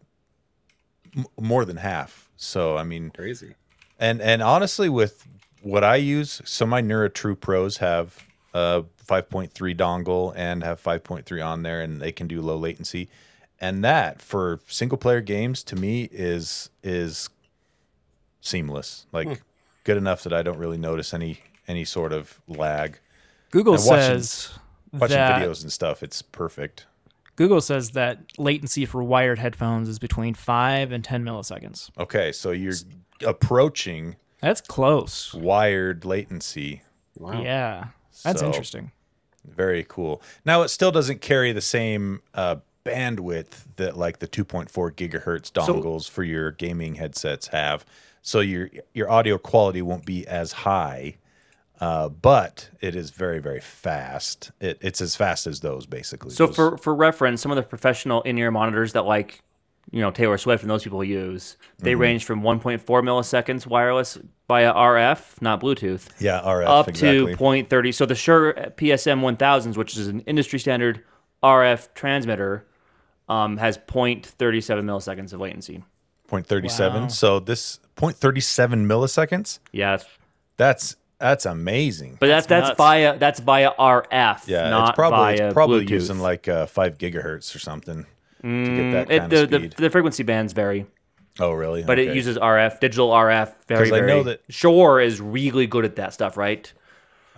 Speaker 1: m- more than half. So I mean,
Speaker 4: Crazy.
Speaker 1: and and honestly, with what I use, so my Neura True Pros have uh, a 5.3 dongle and have 5.3 on there, and they can do low latency. And that for single player games to me is is seamless, like good enough that I don't really notice any any sort of lag.
Speaker 2: Google
Speaker 1: And watching-
Speaker 2: says
Speaker 1: Watching
Speaker 2: that
Speaker 1: videos and stuff, it's perfect.
Speaker 2: Google says that latency for wired headphones is between five and ten milliseconds.
Speaker 1: Okay, so you're approaching
Speaker 2: That's close.
Speaker 1: wired latency.
Speaker 4: Wow.
Speaker 2: Yeah, that's
Speaker 1: So-
Speaker 2: interesting.
Speaker 1: Very cool. Now it still doesn't carry the same uh, bandwidth that like the 2.4 gigahertz dongles for your gaming headsets have. So your your audio quality won't be as high, uh, but it is very very fast. It, it's as fast as those basically.
Speaker 3: So
Speaker 1: Those-
Speaker 3: for for reference, some of the professional in-ear monitors that like you know Taylor Swift and those people use, they
Speaker 1: Mm-hmm.
Speaker 3: range from 1.4 milliseconds wireless via RF, not Bluetooth,
Speaker 1: yeah RF
Speaker 3: up
Speaker 1: exactly.
Speaker 3: to 0.30. So the Shure PSM 1000s, which is an industry standard RF transmitter, um, has 0.37 milliseconds of latency.
Speaker 1: 0.37. So this 0.37 milliseconds.
Speaker 3: Yeah, that's-
Speaker 1: That's that's amazing.
Speaker 3: but that's that's,
Speaker 2: nuts.
Speaker 3: via that's via RF,
Speaker 1: yeah,
Speaker 3: not
Speaker 1: it's probably
Speaker 3: via
Speaker 1: it's probably
Speaker 3: Bluetooth.
Speaker 1: using like uh, five gigahertz or something to get that
Speaker 3: Mm, it,
Speaker 1: kind
Speaker 3: the,
Speaker 1: of speed.
Speaker 3: the, the frequency bands vary.
Speaker 1: oh really?
Speaker 3: but it
Speaker 1: Okay.
Speaker 3: uses RF, digital RF. Very,
Speaker 1: 'Cause I
Speaker 3: very.
Speaker 1: know that-
Speaker 3: Shore is really good at that stuff, right?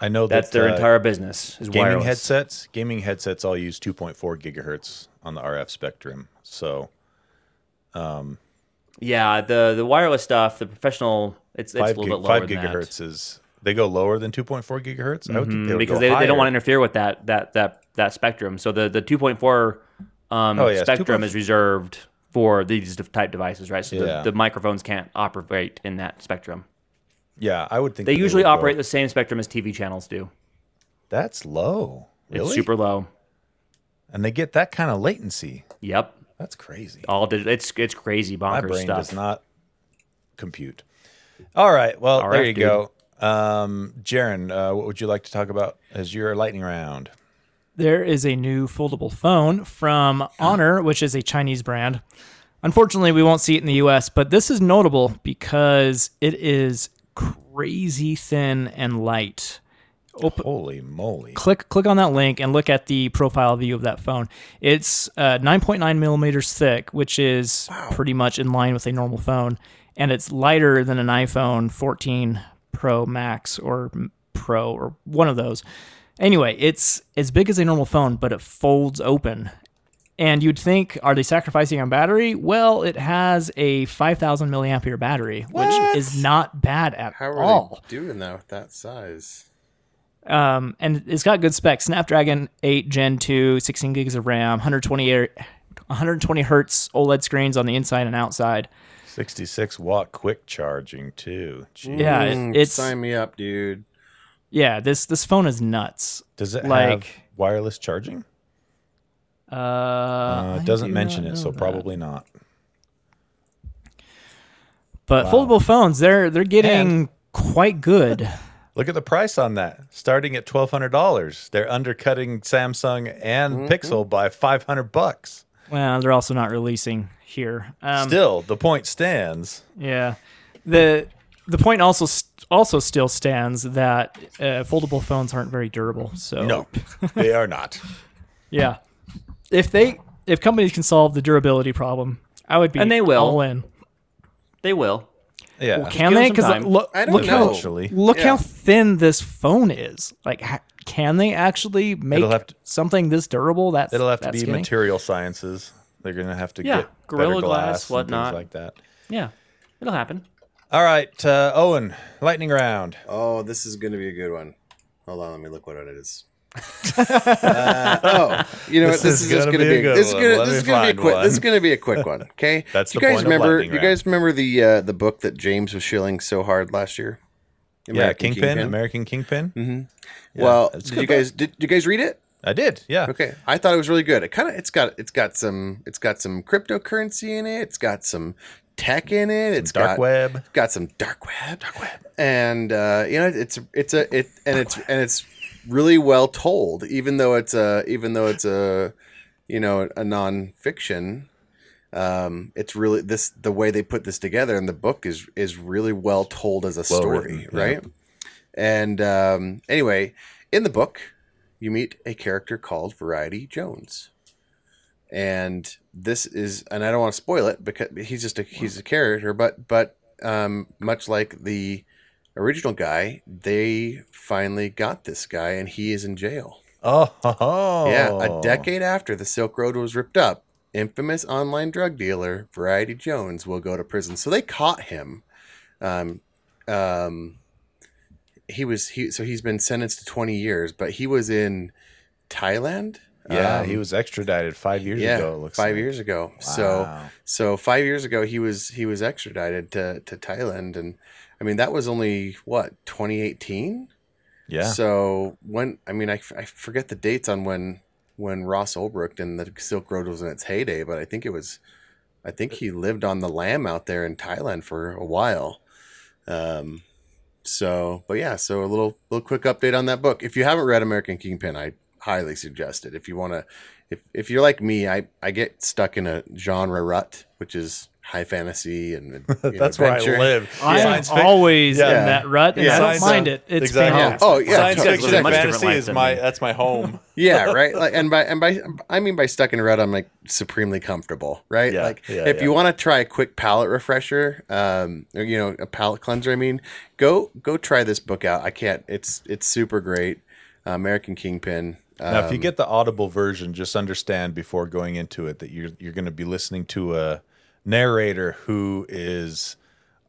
Speaker 1: I know
Speaker 3: That's
Speaker 1: that,
Speaker 3: their
Speaker 1: uh,
Speaker 3: entire business is
Speaker 1: gaming
Speaker 3: wireless.
Speaker 1: headsets. Gaming headsets all use 2.4 gigahertz on the RF spectrum. So
Speaker 3: Yeah, the the wireless stuff, the professional, it's it's
Speaker 1: five,
Speaker 3: a little
Speaker 1: gig-
Speaker 3: bit lower
Speaker 1: five
Speaker 3: than that. Mm-hmm.
Speaker 1: gigahertz is they go lower than 2.4 gigahertz. I would think they would
Speaker 3: because
Speaker 1: go
Speaker 3: they, they don't want
Speaker 1: higher.
Speaker 3: to interfere with that that that that spectrum. So the the 2.4 um,
Speaker 1: Oh, yeah, it's
Speaker 3: spectrum
Speaker 1: 2.4.
Speaker 3: is reserved for these de- type devices, right? So
Speaker 1: Yeah.
Speaker 3: the, the microphones can't operate in that spectrum.
Speaker 1: Yeah, I would think
Speaker 3: They
Speaker 1: that
Speaker 3: usually
Speaker 1: would go-
Speaker 3: operate the same spectrum as TV channels do.
Speaker 1: That's low. Really?
Speaker 3: It's super low.
Speaker 1: and they get that kind of latency.
Speaker 3: Yep,
Speaker 1: That's crazy.
Speaker 3: all digital. It's it's crazy bonkers
Speaker 1: My brain
Speaker 3: stuff.
Speaker 1: does not compute. All right. Well,
Speaker 3: All
Speaker 1: there
Speaker 3: right,
Speaker 1: you go. Um, Jaron, uh, what would you like to talk about as your lightning round?
Speaker 2: There is a new foldable phone from Honor, which is a Chinese brand. Unfortunately, we won't see it in the US, but this is notable because it is crazy thin and light.
Speaker 1: Holy moly!
Speaker 2: Click click on that link and look at the profile view of that phone. It's uh, 9.9 millimeters thick, which is pretty much in line with a normal phone, and it's lighter than an iPhone 14 Pro Max or M- Pro or one of those. Anyway, it's as big as a normal phone, but it folds open. And you'd think, are they sacrificing on battery? Well, it has a 5,000 milliampere battery, which is not bad at
Speaker 4: How are
Speaker 2: all.
Speaker 4: they doing that with that size?
Speaker 2: Um, and it's got good specs. Snapdragon 8 Gen 2, 16 gigs of RAM, 120 air- 120 hertz OLED screens on the inside and outside.
Speaker 1: Sixty-six watt quick charging too. Gee.
Speaker 2: Yeah, it- it's
Speaker 4: Mm, sign me up, dude.
Speaker 2: yeah. This this phone is nuts.
Speaker 1: Does it
Speaker 2: Like-
Speaker 1: have wireless charging? Uh,
Speaker 2: Uh,
Speaker 3: Oh,
Speaker 2: I
Speaker 1: it doesn't
Speaker 2: do
Speaker 1: mention
Speaker 2: not
Speaker 1: it,
Speaker 2: know
Speaker 1: so
Speaker 2: that.
Speaker 1: probably not.
Speaker 2: But foldable phones, they're they're getting quite good.
Speaker 1: Look at the price on that. Starting at twelve hundred dollars, they're undercutting Samsung and Pixel by five hundred bucks.
Speaker 2: well, they're also not releasing here. Um,
Speaker 1: Still, the point stands.
Speaker 2: Yeah. The the point also st- also still stands that uh, foldable phones aren't very durable. So
Speaker 1: No, they are not.
Speaker 2: Yeah. If they if companies can solve the durability problem, I would be
Speaker 3: And they will.
Speaker 2: all in.
Speaker 3: they will.
Speaker 1: Yeah,
Speaker 2: Can
Speaker 3: give
Speaker 2: they?
Speaker 3: them
Speaker 2: Because
Speaker 3: time.
Speaker 2: look,
Speaker 4: I don't
Speaker 2: look
Speaker 4: know.
Speaker 2: how
Speaker 1: Actually.
Speaker 2: look
Speaker 4: Yeah.
Speaker 2: how thin this phone is. Like, ha- can they actually make
Speaker 1: It'll have to-
Speaker 2: something this durable? That
Speaker 1: it'll have to
Speaker 2: that
Speaker 1: be
Speaker 2: skinny?
Speaker 1: material sciences. They're gonna have to
Speaker 3: Yeah,
Speaker 1: get
Speaker 3: Gorilla
Speaker 1: better
Speaker 3: Glass,
Speaker 1: glass, and things
Speaker 3: whatnot.
Speaker 1: like that.
Speaker 3: Yeah, it'll happen.
Speaker 1: All right, uh, Owen, lightning round.
Speaker 4: Oh, this is going to be a good one. Hold on, let me look what it is. Uh, oh, you know
Speaker 1: This
Speaker 4: what? This
Speaker 1: is
Speaker 4: is, just
Speaker 1: gonna
Speaker 4: going to
Speaker 1: be a
Speaker 4: be.
Speaker 1: good
Speaker 4: This is
Speaker 1: one.
Speaker 4: going
Speaker 1: Let
Speaker 4: to. This
Speaker 1: me
Speaker 4: is going to
Speaker 1: find
Speaker 4: be a quick.
Speaker 1: one.
Speaker 4: This is going to be a quick one. Okay.
Speaker 1: That's
Speaker 4: Do
Speaker 1: the
Speaker 4: you guys
Speaker 1: point of
Speaker 4: remember?
Speaker 1: lightning
Speaker 4: do you guys remember the uh, the book that James was shilling so hard last year?
Speaker 1: yeah,
Speaker 4: American
Speaker 1: Kingpin, American Kingpin.
Speaker 4: well,
Speaker 1: it's
Speaker 4: did
Speaker 1: good
Speaker 4: you guys did you guys read it?
Speaker 1: I did. Yeah.
Speaker 4: Okay, I thought it was really good. It kind of it's got it's got some it's got some cryptocurrency in it. It's got some tech in it. It's
Speaker 1: Dark
Speaker 4: got
Speaker 1: web.
Speaker 4: got some dark web, dark web, and uh, you know it's it's a it and it's and it's really well told, even though it's a even though it's a you know a nonfiction. Um, it's really this the way they put this together, and the book is is really well told as a
Speaker 1: Well
Speaker 4: story,
Speaker 1: written, yeah.
Speaker 4: right? And um, anyway, in the book, you meet a character called Variety Jones and this is and I don't want to spoil it because he's just a he's a character, but but um, much like the original guy, they finally got this guy, and he is in jail.
Speaker 1: Oh, ho, ho.
Speaker 4: Yeah, a decade after the Silk Road was ripped up, infamous online drug dealer Variety Jones will go to prison. So they caught him. Um, um, he was he so he's been sentenced to twenty years, but he was in Thailand.
Speaker 1: Yeah,
Speaker 4: Um,
Speaker 1: he was extradited five years
Speaker 4: yeah,
Speaker 1: ago. It looks like.
Speaker 4: five years ago. So
Speaker 1: Wow.
Speaker 4: so five years ago he was he was extradited to to Thailand, and I mean that was only what 2018.
Speaker 1: Yeah.
Speaker 4: So when I mean I, f- I forget the dates on when when Ross Ulbricht and the Silk Road was in its heyday, but I think it was I think he lived on the lam out there in Thailand for a while. Um. So, but yeah, so a little little quick update on that book. If you haven't read American Kingpin, I highly suggest it. If you want to, if if you're like me, I I get stuck in a genre rut, which is high fantasy and you know,
Speaker 1: That's where I
Speaker 4: adventure.
Speaker 1: live.
Speaker 2: I'm
Speaker 1: Science fic-
Speaker 2: always
Speaker 1: Yeah.
Speaker 2: in that rut, and
Speaker 4: Yeah.
Speaker 2: I don't
Speaker 1: Science-
Speaker 2: mind it. It's
Speaker 1: Exactly.
Speaker 2: fantastic.
Speaker 4: Oh, yeah,
Speaker 1: Science
Speaker 4: totally.
Speaker 1: fiction and
Speaker 4: Much
Speaker 3: different
Speaker 1: fantasy
Speaker 3: life
Speaker 1: is
Speaker 3: than
Speaker 1: my
Speaker 3: me.
Speaker 1: that's my home.
Speaker 4: yeah right like and by and by i mean by stuck in red i'm like supremely comfortable right
Speaker 1: Yeah,
Speaker 4: like
Speaker 1: yeah,
Speaker 4: if
Speaker 1: yeah.
Speaker 4: you want to try a quick palate refresher um or, you know a palate cleanser i mean go go try this book out i can't it's it's super great uh, american kingpin uh,
Speaker 1: Now, if you get the audible version, just understand before going into it that you're you're going to be listening to a narrator who is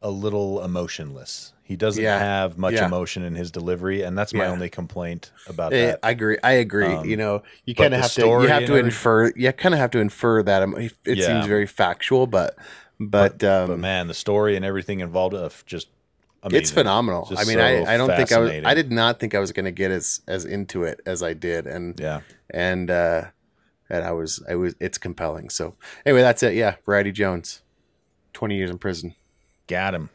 Speaker 1: a little emotionless. He doesn't
Speaker 4: Yeah.
Speaker 1: have much
Speaker 4: Yeah.
Speaker 1: emotion in his delivery, and that's my
Speaker 4: Yeah.
Speaker 1: only complaint about
Speaker 4: eh,
Speaker 1: that.
Speaker 4: i agree i agree
Speaker 1: Um,
Speaker 4: you know you
Speaker 1: but
Speaker 4: kind
Speaker 1: the
Speaker 4: of have to
Speaker 1: story
Speaker 4: you have
Speaker 1: and
Speaker 4: to
Speaker 1: everything-
Speaker 4: infer you kind of have to infer that um, it it
Speaker 1: Yeah.
Speaker 4: seems very factual but but, um
Speaker 1: but man, the story and everything involved uh, f- just amazing.
Speaker 4: It's phenomenal.
Speaker 1: Just
Speaker 4: I mean,
Speaker 1: so
Speaker 4: I, I don't think I was.
Speaker 1: fascinating.
Speaker 4: I did not think I was going to get as as into it as I did, and
Speaker 1: Yeah,
Speaker 4: and uh and I was I was it's compelling. So anyway, that's it. Yeah, Variety Jones, twenty years in prison,
Speaker 1: got him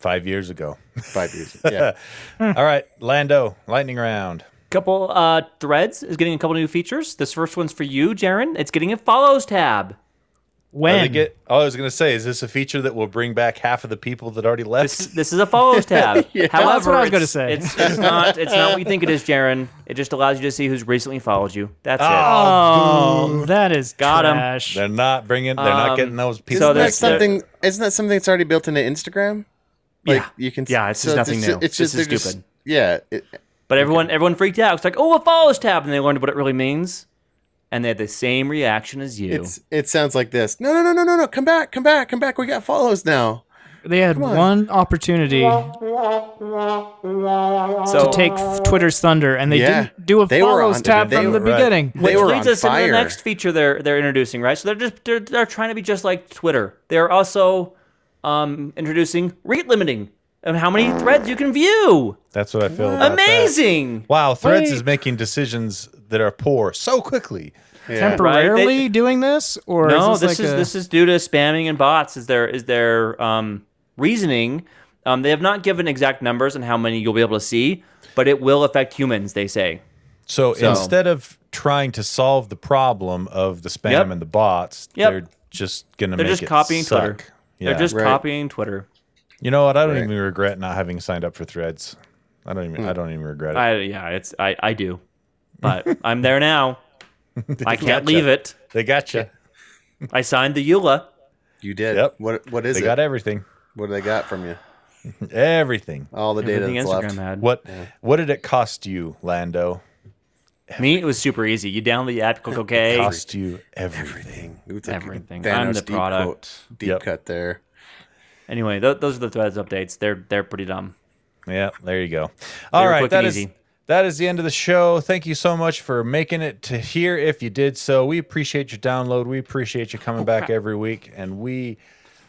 Speaker 1: five years ago.
Speaker 4: five years. Yeah,
Speaker 3: Hmm.
Speaker 1: All right, Lando, lightning round.
Speaker 3: Couple uh, threads is getting a couple new features. This first one's for you, Jaron. It's getting a follows tab.
Speaker 1: Are they
Speaker 2: When
Speaker 1: get, oh, I was going to say, is this a feature that will bring back half of the people that already left?
Speaker 3: This, this is a follows tab. However,
Speaker 2: That's what I was
Speaker 3: it's-
Speaker 2: gonna say.
Speaker 3: It's, it's not. It's not what you think it is, Jaron. It just allows you to see who's recently followed you. That's it.
Speaker 2: Oh, that is
Speaker 3: Got 'em.
Speaker 2: trash.
Speaker 1: They're not bringing. They're not
Speaker 3: Um,
Speaker 1: getting those people.
Speaker 3: so
Speaker 1: back
Speaker 4: isn't
Speaker 1: yet.
Speaker 4: that
Speaker 3: there's-
Speaker 4: something? Isn't that something that's already built into Instagram? Like
Speaker 3: Yeah.
Speaker 4: you can.
Speaker 3: Yeah, it's just nothing
Speaker 4: ju-
Speaker 3: new. This is
Speaker 4: they're
Speaker 3: stupid.
Speaker 4: yeah, it,
Speaker 3: But everyone, everyone freaked out. It's like, oh, a follows tab, and they learned what it really means, and they had the same reaction as you.
Speaker 4: it's it sounds like this. No, no, no, no, no, no. Come back, come back, come back. We got follows now.
Speaker 2: They had one opportunity to
Speaker 3: so
Speaker 2: take Twitter's thunder, and they
Speaker 4: Yeah.
Speaker 2: didn't do a
Speaker 4: They were
Speaker 2: follows
Speaker 4: onto
Speaker 2: tab
Speaker 4: it. They
Speaker 2: from the
Speaker 4: were- right.
Speaker 2: beginning.
Speaker 4: They were
Speaker 3: leads
Speaker 4: on
Speaker 3: us into
Speaker 4: fire.
Speaker 3: the next feature they're they're introducing, right? So they're just they're, they're trying to be just like Twitter. They're also um, introducing rate limiting and how many threads you can view.
Speaker 1: That's what I feel. about that.
Speaker 3: Amazing.
Speaker 1: Wow, Threads is making decisions that are poor so quickly.
Speaker 2: Temporarily
Speaker 3: Right, they-
Speaker 2: doing this, or
Speaker 3: No,
Speaker 2: is this,
Speaker 3: this
Speaker 2: like
Speaker 3: is
Speaker 2: a-
Speaker 3: this is due to spamming and bots. Is their is their um, reasoning? Um, they have not given exact numbers on how many you'll be able to see, but it will affect humans. They say.
Speaker 1: So,
Speaker 3: So-
Speaker 1: instead of trying to solve the problem of the spam
Speaker 3: Yep.
Speaker 1: and the bots,
Speaker 3: Yep.
Speaker 1: they're just gonna
Speaker 3: They're
Speaker 1: make
Speaker 3: just
Speaker 1: it
Speaker 3: copying
Speaker 1: suck.
Speaker 3: Twitter.
Speaker 1: Yeah.
Speaker 3: They're just
Speaker 4: Right.
Speaker 3: copying Twitter.
Speaker 1: You know what? I don't even regret not having signed up for Threads. I don't
Speaker 4: Hmm.
Speaker 1: even. I don't even regret it.
Speaker 3: I yeah, it's I I do, but I'm there now. I can't leave it.
Speaker 1: they got you.
Speaker 3: I signed the EULA.
Speaker 4: You did.
Speaker 1: Yep.
Speaker 4: What what is
Speaker 1: They
Speaker 4: it?
Speaker 1: got everything.
Speaker 4: What do they got from you?
Speaker 1: Everything.
Speaker 4: All the data
Speaker 3: Everything
Speaker 4: that's
Speaker 3: Instagram
Speaker 4: left.
Speaker 3: had.
Speaker 1: What? What did it cost you, Lando?
Speaker 3: Me, it was super easy. You download the app, click OK.
Speaker 1: Cost you everything.
Speaker 4: Ooh, it's like
Speaker 3: Everything. I'm the
Speaker 4: deep
Speaker 3: product.
Speaker 4: quote- deep
Speaker 1: Yep.
Speaker 4: cut there.
Speaker 3: Anyway, th- those are the threads updates. They're they're pretty dumb.
Speaker 1: Yeah, there you go. All
Speaker 3: were
Speaker 1: right,
Speaker 3: quick
Speaker 1: that
Speaker 3: and
Speaker 1: is
Speaker 3: easy.
Speaker 1: that is the end of the show. Thank you so much for making it to here. If you did so, we appreciate your download. We appreciate you
Speaker 3: Oh,
Speaker 1: coming back every week, and we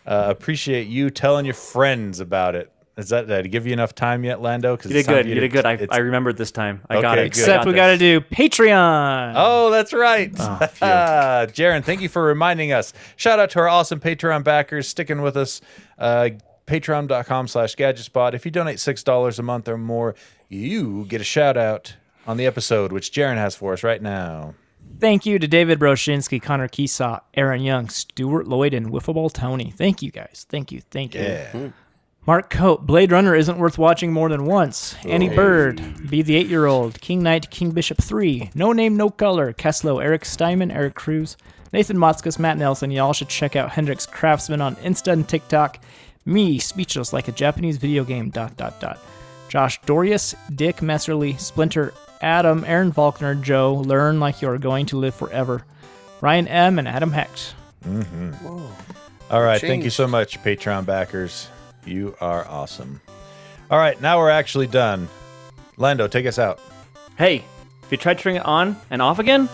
Speaker 1: uh, appreciate you telling your friends about it. Is that did I give you enough time yet, Lando? Because
Speaker 3: You did good. You did good. I, I remembered this time. I got
Speaker 1: Okay,
Speaker 3: it.
Speaker 1: good.
Speaker 3: I
Speaker 2: Except
Speaker 3: got
Speaker 2: we
Speaker 3: this.
Speaker 2: got to do Patreon.
Speaker 1: Oh, that's right. Jaron, thank you for reminding us. Shout out to our awesome Patreon backers sticking with us. Uh, Patreon.com slash gadgetspot. If you donate $6 a month or more, you get a shout out on the episode, which Jaron has for us right now.
Speaker 2: Thank you to David Broshinsky, Connor Keesaw, Aaron Young, Stuart Lloyd, and Wiffleball Tony. Thank you guys. Thank you. Thank you. Mark Cope, Blade Runner isn't worth watching more than once. Annie Bird, Be the Eight Year Old, King Knight, King Bishop 3, No Name, No Color, Keslow, Eric Steinman, Eric Cruz, Nathan Motzkus, Matt Nelson. Y'all should check out Hendrix Craftsman on Insta and TikTok. Me, speechless like a Japanese video game, dot, dot, dot. Josh Dorius, Dick Messerly, Splinter, Adam, Aaron Faulkner, Joe, Learn Like You Are Going to Live Forever, Ryan M., and Adam Hecht.
Speaker 1: All right. Thank you so much, Patreon backers. You are awesome. All right. Now we're actually done. Lando, take us out.
Speaker 3: Hey, if you tried turning it on and off again,